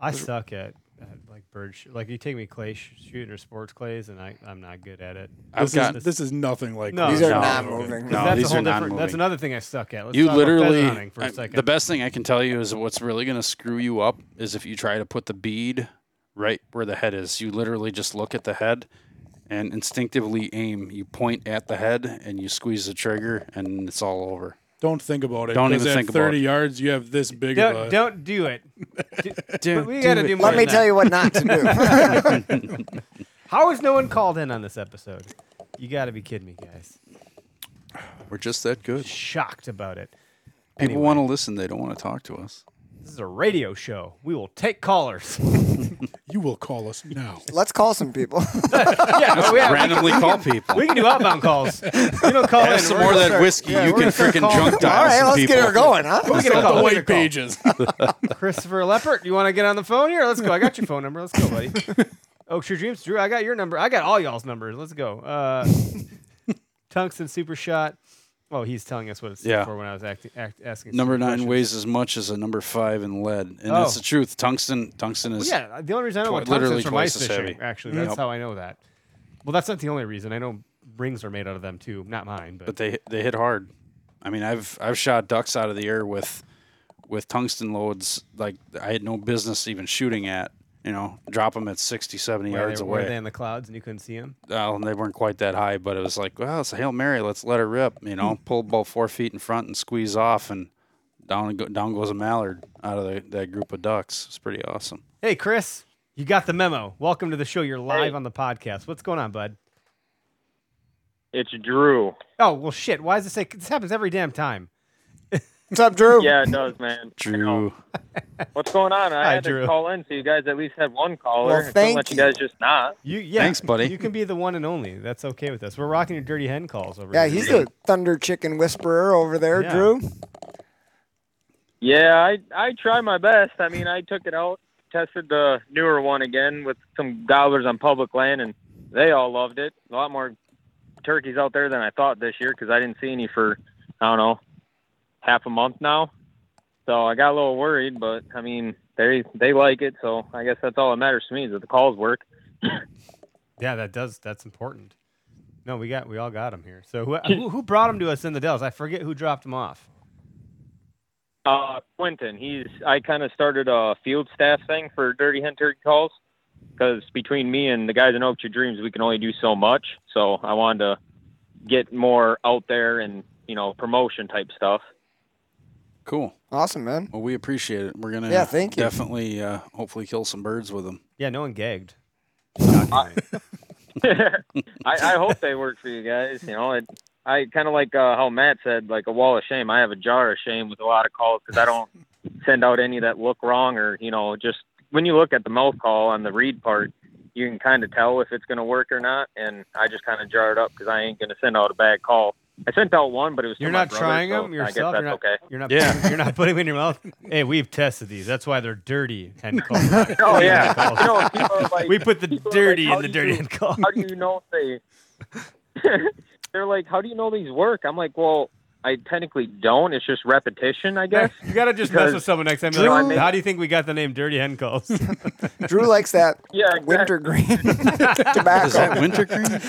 I suck at, at like bird sh- like you take me clay sh- shooting or sports clays and I I'm not good at it.
I've
This
got
is, this is nothing like
No.
These are
Oh, no,
not
okay.
moving.
No,
that's
Oh, these
a whole
are
different. That's
non-moving.
another thing I suck at. Let's
you
talk about pheasant
literally
hunting for a
I-
second.
the best thing i can tell you is what's really going to screw you up is if you try to put the bead right where the head is you literally just look at the head and instinctively aim you point at the head and you squeeze the trigger and it's all over
Don't think about it.
Don't
'cause
even
at
think about
30
it.
yards, you have this big of
Don't
a.
don't do it. Do- but we
do
gotta do
it.
more.
Let
than
me
that.
tell you what not to do.
How is no one called in on this episode? You gotta be kidding me, guys.
we're just that good
Shocked about it.
people want to listen they don't want to talk to us
This is a radio show. We will take callers.
You will call us now.
Let's call some people.
yeah, no, we, have,
randomly call people.
we can do outbound calls. You know, call
Have
in.
some
We're
more
gonna
of that
start-
whiskey.
yeah,
you can
we're gonna start
freaking
calling
drunk
people.
dial
All right,
some
let's
people.
get her going, huh?
We're gonna
Not the
call. We're
white
gonna call.
pages.
Christopher Leppert, you want to get on the phone here? Let's go. I got your phone number. Let's go, buddy. Oakshire Dreams, Drew. I got your number. I got all y'all's numbers. Let's go. Uh, Tungsten Super Shot. Oh, he's telling us what it's
Yeah.
for when I was acti- act- asking.
Number
stupid
nine
questions.
weighs as much as a number five in lead, and
Oh.
that's the truth. Tungsten, tungsten is.
Yeah, the only reason I know
Twi-
what tungsten's
literally
from ice
twice as
fishing.
heavy.
Actually, that's
Yep.
how I know that. Well, that's not the only reason. I know rings are made out of them too. Not mine, but,
but they they hit hard. I mean, I've I've shot ducks out of the air with with tungsten loads like I had no business even shooting at. You know, drop them at 60, 70
were
yards
they,
away.
were they in the clouds and you couldn't see them?
well, and they weren't quite that high, but it was like, well, it's a hail mary. Let's let her rip. You know, pull about four feet in front and squeeze off, and down go, down goes a mallard out of the, that group of ducks. It's pretty awesome.
Hey, Chris, you got the memo. Welcome to the show. You're live on the podcast. What's going on, bud?
It's Drew.
Oh well, shit. Why does it say this happens every damn time?
What's up, Drew?
Yeah, it does, man. I
Drew,
know. What's going on? I
Hi,
had
Drew.
to call in so you guys at least had one caller.
Well,
It couldn't
thank
let you.
you.
guys just not.
You yeah.
Thanks, buddy.
You can be the one and only. That's okay with us. We're rocking your dirty hen calls over
Yeah,
here.
he's the thunder chicken whisperer over there,
Yeah.
Drew.
Yeah, I I try my best. I mean, I took it out, tested the newer one again with some gobblers on public land, and they all loved it. A lot more turkeys out there than I thought this year because I didn't see any for I don't know half a month now. So I got a little worried, but I mean, they they like it, so I guess that's all that matters to me is that the calls work.
Yeah, that does. That's important. No, we got we all got him here. So who who, who brought him to us in the Dells? I forget who dropped him off.
Uh, Quentin, he's I kind of started a field staff thing for Dirty Hen Turkey calls because between me and the guys in Oaktree Dreams, we can only do so much. So I wanted to get more out there and you know promotion type stuff.
cool.
Awesome, man.
Well, we appreciate it. We're gonna
Yeah, thank you.
definitely uh, hopefully kill some birds with them.
Yeah, no one gagged.
I, I hope they work for you guys. You know, it, I kind of like uh, how Matt said, like a wall of shame. I have a jar of shame with a lot of calls because I don't send out any that look wrong or you know, just when you look at the mouth call on the read part, you can kind of tell if it's going to work or not. And I just kind of jar it up because I ain't going to send out a bad call. I sent out one, but it was to
You're
my
not
brother,
trying
so
them
I
yourself.
guess that's
you're not.
okay.
You're not.
Yeah.
Putting, you're not putting them in your mouth. Hey, we've tested these. That's why they're dirty hen calls.
Oh yeah, you know, people are like,
we put the
people are like,
dirty
how
in the
do
dirty
you-
hen call.
how do you know if they they're like how do you know these work i'm like well i technically don't it's just repetition i guess
You gotta just mess with
Because
someone next time. Be
Drew-
Like, how do you think we got the name Dirty Hen Calls?
Drew likes that
yeah exactly.
wintergreen
Is that
tobacco.
wintergreen?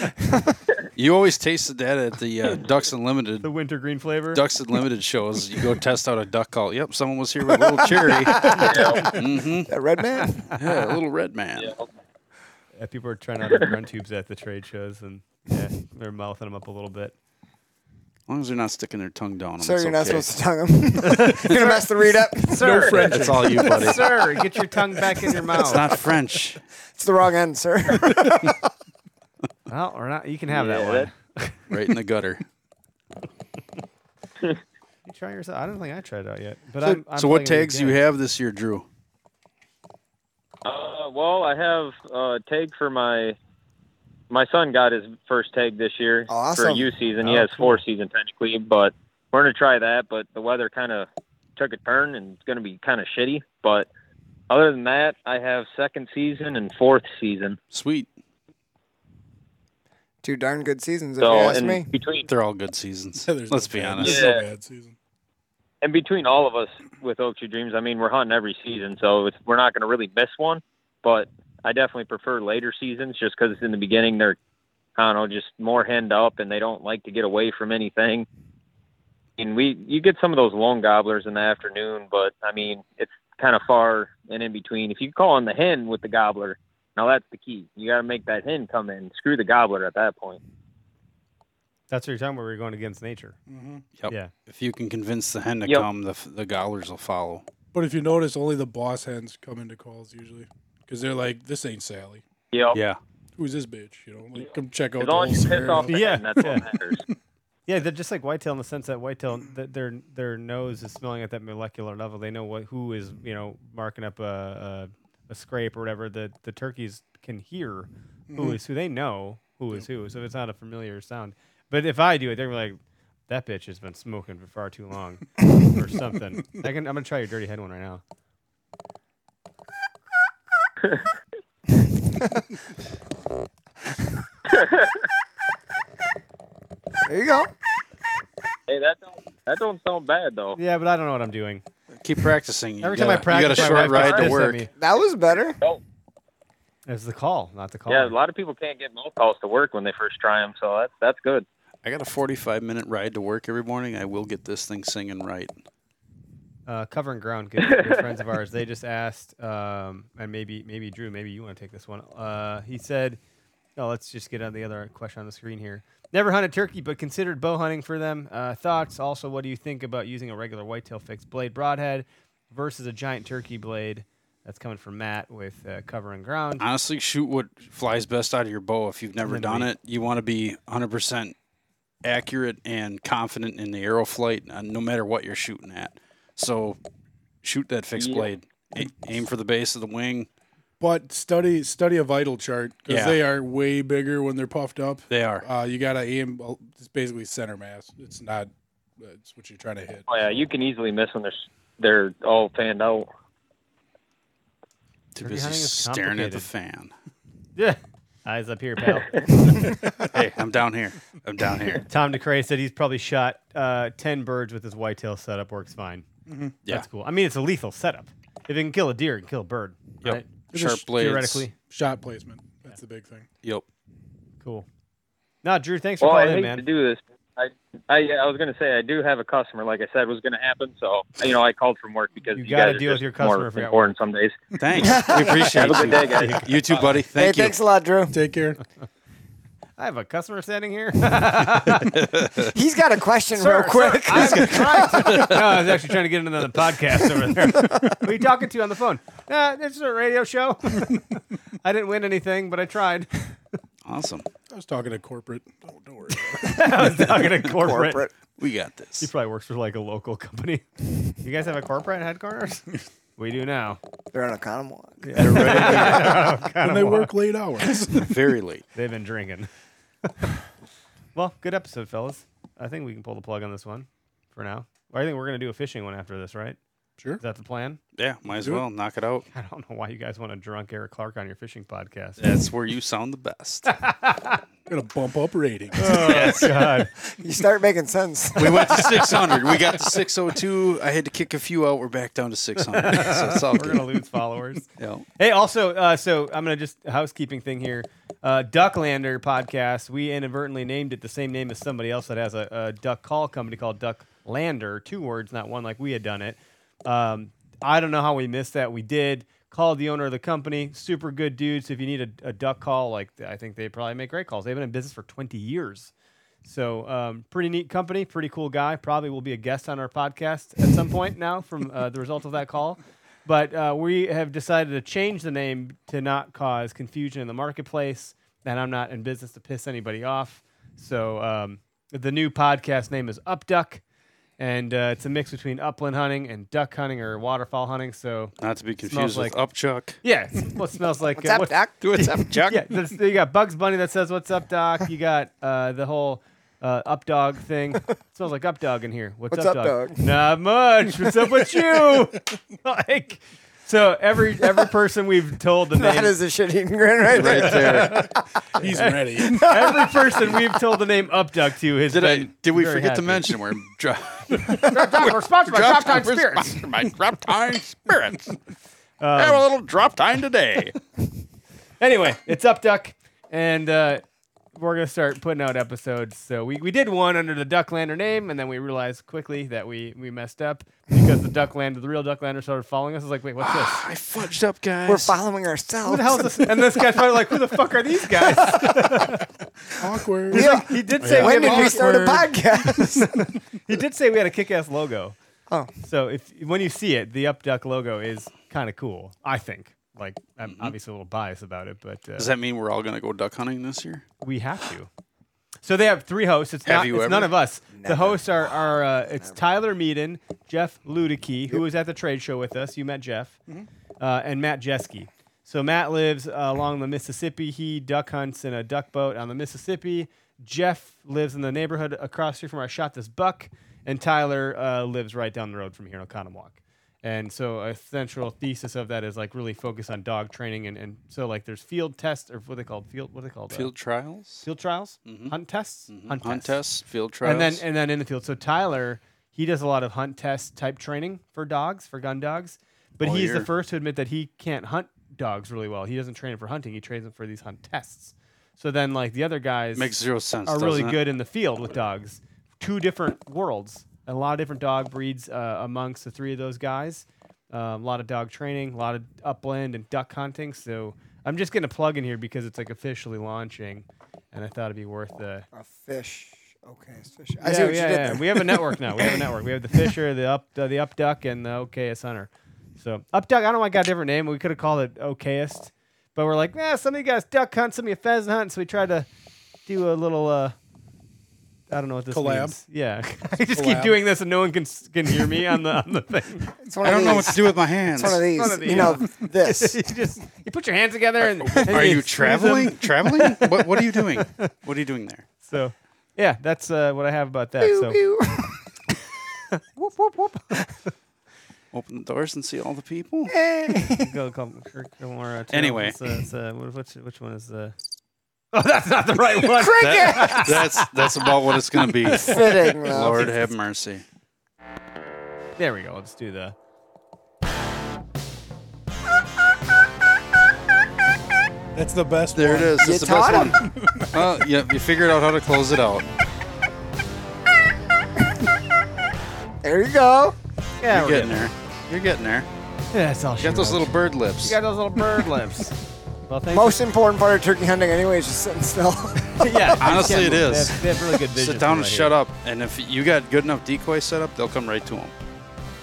you always tasted that at the uh, Ducks Unlimited
the wintergreen flavor.
Ducks Unlimited shows. You go test out a duck call. Yep, someone was here with a little cherry.
that red man.
Yeah, a little red man.
Yeah, people are trying out their grunt tubes at the trade shows, and yeah, they're mouthing them up a little bit.
As long as they're not sticking their tongue down. 'em,
Sir,
it's
you're not
okay.
supposed to tongue him. you're gonna mess the read up.
Sir,
That's all you, buddy. It's
sir, get your tongue back in your mouth.
not French.
It's the wrong end, sir.
well, or not. You can have that
Yeah,
one.
that-
Right in the gutter.
You try yourself. I don't think I tried it out yet. But I'm, I'm
so what
playing it
tags do you
again.
have this year, Drew?
uh, well i have a tag for my my son got his first tag this year for
Awesome.
u season he
Oh,
has four season technically but we're going to try that but the weather kind of took a turn and it's going to be kind of shitty but other than that i have second season and fourth season
Sweet.
Two darn good seasons, if
so
you ask
in
me.
between
They're all good seasons.
There's
Let's be
no bad-
honest.
there's no
Yeah.
bad season.
and between all of us with Oak Tree Dreams, I mean, we're hunting every season, so it's, we're not going to really miss one. But I definitely prefer later seasons just because in the beginning they're, I don't know, just more hemmed up and they don't like to get away from anything. And we, you get some of those lone gobblers in the afternoon, but I mean, it's kind of far and in between. If you call on the hen with the gobbler, now that's the key. You got to make that hen come in. Screw the gobbler at that point.
That's what you're talking about. We're going against nature.
Yep.
Yeah.
If you can convince the hen to
Yep.
come, the, f- the gobblers will follow.
But if you notice, only the boss hens come into calls usually because they're like, "This ain't Sally.
Yep.
Yeah.
Who's this bitch?" You know, like come check out
As
the whole
long as you piss
scenario.
off the
Yeah.
hen, that's
Yeah.
what matters.
Yeah, they're just like whitetail in the sense that whitetail th- their their nose is smelling at that molecular level. They know what who is you know marking up a a, a scrape or whatever. The the turkeys can hear who
Mhm.
is who. They know who is who. So it's not a familiar sound. But if I do it, they're gonna be like, that bitch has been smoking for far too long or something. I can I'm gonna try your dirty head one right now.
There you go.
Hey, that don't that don't sound bad though.
Yeah, but I don't know what I'm doing.
Keep practicing. You
Every time
gotta,
I practice,
you
my
got a
wife gets
short ride
pissed
to
at
work.
me.
That was better.
It's the call, not the call.
Yeah, a lot of people can't get mouth calls to work when they first try them, so that's that's good.
I got a 45 minute ride to work every morning. I will get this thing singing right.
uh, covering ground good, good friends of ours they just asked um, and maybe maybe drew maybe you want to take this one uh, he said oh, let's just get on the other question on the screen here never hunted turkey but considered bow hunting for them uh, thoughts also what do you think about using a regular whitetail fixed blade broadhead versus a giant turkey blade that's coming from matt with uh, covering ground
Honestly, shoot what flies best out of your bow. If you've never
Then
done
we-
it, you want to be 100% accurate and confident in the arrow flight, uh, no matter what you're shooting at. So shoot that fixed
Yeah.
blade. A- aim for the base of the wing.
But study study a vital chart because
Yeah.
they are way bigger when they're puffed up.
They are.
Uh, you gotta aim. well, It's basically center mass. It's not. It's what you're trying to hit.
Oh yeah, you can easily miss when they're s- they're all fanned out.
Oh,
Too
Turkey
busy
hunting is
staring at the
complicated.
fan.
yeah eyes up here pal
hey, I'm down here. I'm down here.
Tom DeCray said he's probably shot uh, 10 birds with his whitetail setup. Works fine. That's cool. I mean, it's a lethal setup. If it can kill a deer, it can kill a bird.
Yep.
Right?
Sharp blades.
Theoretically.
Shot placement. That's the big thing.
Yep.
Cool. No, Drew, thanks for
Well, I
calling
hate
in,
to
man.
do this. I, I I was gonna say I do have a customer. Like I said, was gonna happen. So you know, I called from work because
You
you,
gotta
guys are
deal with
just
your customer if
more
you're at
important some days.
Thanks. We appreciate
Have a good
you.
day, guys.
You too, buddy. Thank
hey,
you.
thanks a lot, Drew.
Take care.
I have a customer standing here.
He's got a question real quick.
I'm trying to- no, I was actually trying to get into another podcast over there. Who are you talking to on the phone? Nah, this is a radio show. I didn't win anything, but I tried.
Awesome.
I was talking to corporate. Don't, don't worry.
I was talking to corporate.
Corporate.
We got
He
this.
probably works for like a local company. You guys have a corporate headquarters? We do now.
They're on a condom walk.
and they work late hours.
Very late.
They've been drinking. well, good episode, fellas. I think we can pull the plug on this one for now. I think we're gonna do a fishing one after this, right?
sure.
Is that the plan?
Yeah, might as
Do it.
well knock it out.
I don't know why you guys want a drunk Eric Clark on your fishing podcast.
That's where you sound the best.
Gonna bump up ratings.
God.
You start making sense.
we went to 600. We got to 602. I had to kick a few out. We're back down to 600. So it's all
We're gonna
good.
lose followers.
Yeah.
Hey, also, uh, so I'm gonna just housekeeping thing here. Uh, Ducklander podcast. We inadvertently named it the same name as somebody else that has a, a duck call company called Ducklander. Two words, not one, like we had done it. Um, I don't know how we missed that. We did. Called the owner of the company. Super good dude. So if you need a, a duck call, like I think they probably make great calls. They've been in business for 20 years. So, um, pretty neat company, pretty cool guy. Probably will be a guest on our podcast at some point now from uh, the result of that call. But uh, we have decided to change the name to not cause confusion in the marketplace. And I'm not in business to piss anybody off. So, um, the new podcast name is Upduck. And uh, it's a mix between upland hunting and duck hunting or waterfowl hunting. So,
Not to be confused
Smells
with
like-
Upchuck.
yeah, it's what smells like.
What's up,
what's-
Doc?
Do it, Upchuck.
yeah, there's- you got Bugs Bunny that says "What's up, Doc?" You got uh, the whole uh, up dog thing. smells like up dog in here. What's,
What's up, dog?
Not much. What's up with you? like, so every every person we've told the
That
name,
is a shit-eating grin right there.
He's ready.
every person we've told the name up dog to has
Did, I,
been
did we
very
forget to
happy.
mention we're dro-
We're sponsored by Drop Time Spirits.
sponsored by Drop Time Spirits. Have a little drop time today.
anyway, it's up duck, and uh, we're gonna start putting out episodes. So we, we did one under the Ducklander name, and then we realized quickly that we we messed up because the Ducklander, the real Ducklander, started following us. I was like, wait, what's this?
I fudged up, guys.
We're following ourselves.
Who the hell is this? And this guy's probably like, who the fuck are these guys?
Awkward.
Yeah.
He did say
When
we
did
have
we start a
awkward-
podcast?
He did say we had a kick-ass logo.
Oh.
So if when you see it, the up duck logo is kind of cool. I think. Like
Mm-hmm.
I'm obviously a little biased about it, but uh,
Does that mean we're all going to go duck hunting this year?
we have to. So they have three hosts. It's
Have
not.
you
It's
ever?
none of us. The hosts are are uh, it's Tyler Meaden, Jeff Ludicky, who was at the trade show with us. You met Jeff,
Mm-hmm.
uh, and Matt Jeske. So Matt lives uh, along the Mississippi. He duck hunts in a duck boat on the Mississippi. Jeff lives in the neighborhood across the street from where I shot this buck, and Tyler uh, lives right down the road from here in Oconomowoc. And so a central thesis of that is like really focus on dog training, and, and so like there's field tests or what are they called field what are they called Uh,
Field trials,
field trials, hunt tests, hunt,
hunt
tests.
tests, field trials.
and then and then in the field. So Tyler, he does a lot of hunt test type training for dogs, for gun dogs, but
All
he's the
year.
first to admit that he can't hunt dogs really well. He doesn't train them for hunting; he trains them for these hunt tests. So then, like the other guys,
makes zero sense.
are really
doesn't it?
good in the field with dogs. Two different worlds, a lot of different dog breeds uh, amongst the three of those guys. Um, a lot of dog training, a lot of upland and duck hunting. So I'm just gonna plug in here because it's like officially launching, and I thought it'd be worth the.
A fish. Okay, it's fish. I
Yeah,
see what
yeah,
you did
yeah.
there.
We have a network now. We have a network. We have the Fisher, the up, the, the Upduck, and the OKS Hunter. So Upduck, I don't know why I got a different name. We could have called it OKist, but we're like, nah, some of you guys duck hunt, some of you pheasant hunt. So we tried to do a little. uh I don't know what this
Collab.
means. Yeah, I just keep
Collab.
doing this and no one can s- can hear me on the on the thing.
It's one
I
of
don't know what
these.
to do with my hands.
It's one of these.
one of
You know this.
you just you put your hands together and. and
Are you
squeeze them.
traveling? traveling? What, what are you doing? What are you doing there?
So, yeah, that's uh, what I have about that. so.
Open the doors and see all the people.
go come Kirk Gilmore. uh,
Anyway.
it's, uh, it's, uh, what- which which one is the? Oh, that's not the right one.
That- that's that's about what it's going to be.
Fitting. though.
Lord have mercy.
There we go. Let's do the.
That's the best.
There it
one.
is. That's
You
the
taught
best one. Well, yeah, you figured out how to close it out.
There you go.
Yeah,
You're
we're
getting there. You're getting there.
Yeah, it's all.
You got those little bird lips.
You got those little bird lips. Well, thanks.
Most important part of turkey hunting, anyway, is just sitting still.
yeah,
Honestly,
yeah,
it
they have-
is.
They have, really good vision.
Sit down
from
and
right
shut
here.
up. And if you got good enough decoy set up, they'll come right to them.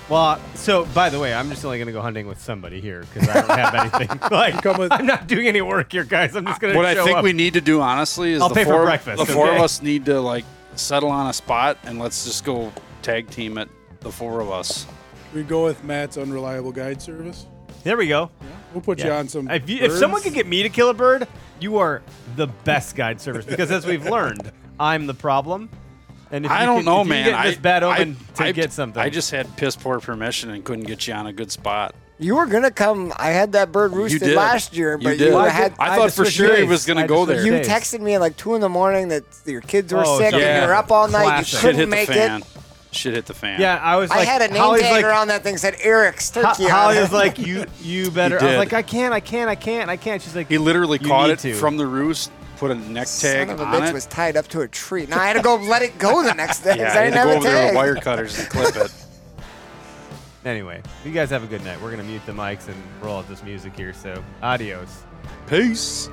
Well, so by the way, I'm just only gonna go hunting with somebody here because I don't have anything. Like,
Come with-
I'm not doing any work here, guys. I'm just gonna.
What I
show
think
up.
we need to do, honestly, is
I'll
the
pay for
four
breakfast,
the four of
okay?
us need to like settle on a spot and let's just go tag team it. The four of us.
We go with Matt's unreliable guide service.
There we go.
We'll put you
Yeah.
on some.
If, you, if someone
birds.
could get me to kill a bird, you are the best guide service because, as we've learned, I'm the problem. And if
I
you
don't
can-
know,
if you
man.
Get this
I,
bad
I-
omen to
I-
get something.
I just had piss poor permission and couldn't get you on a good spot.
you were gonna come. I had that bird
You
roosted
did
last year,
You
but
did.
you, had.
I,
I
thought
just
for
switched
sure he
days.
was going
I
to
just
go
switched
there.
You
days.
texted me at like two in the morning that your kids were
Oh,
sick and
yeah.
you were up all night.
Classic.
You
Shit
couldn't
hit the
make
fan.
it.
Shit hit the fan.
yeah, I was
I
like,
had a name
Holly's
tag
like,
on that thing said Eric's turkey.
Ho-
on
Holly
it.
was like, you, you better. I was
did.
like, I can't, I can't, I can't, I can't. She's like,
He literally
"You
caught
need
it
to."
from the roost, put a neck tag
Son of a
on
bitch
it.
was tied up to a tree. Now I had to go let it go the next day. 'cause
yeah,
I
I had
didn't
to go
have
over
a
there
tag.
with wire cutters and clip it.
Anyway, you guys have a good night. We're gonna mute the mics and roll out this music here. So, adios.
Peace.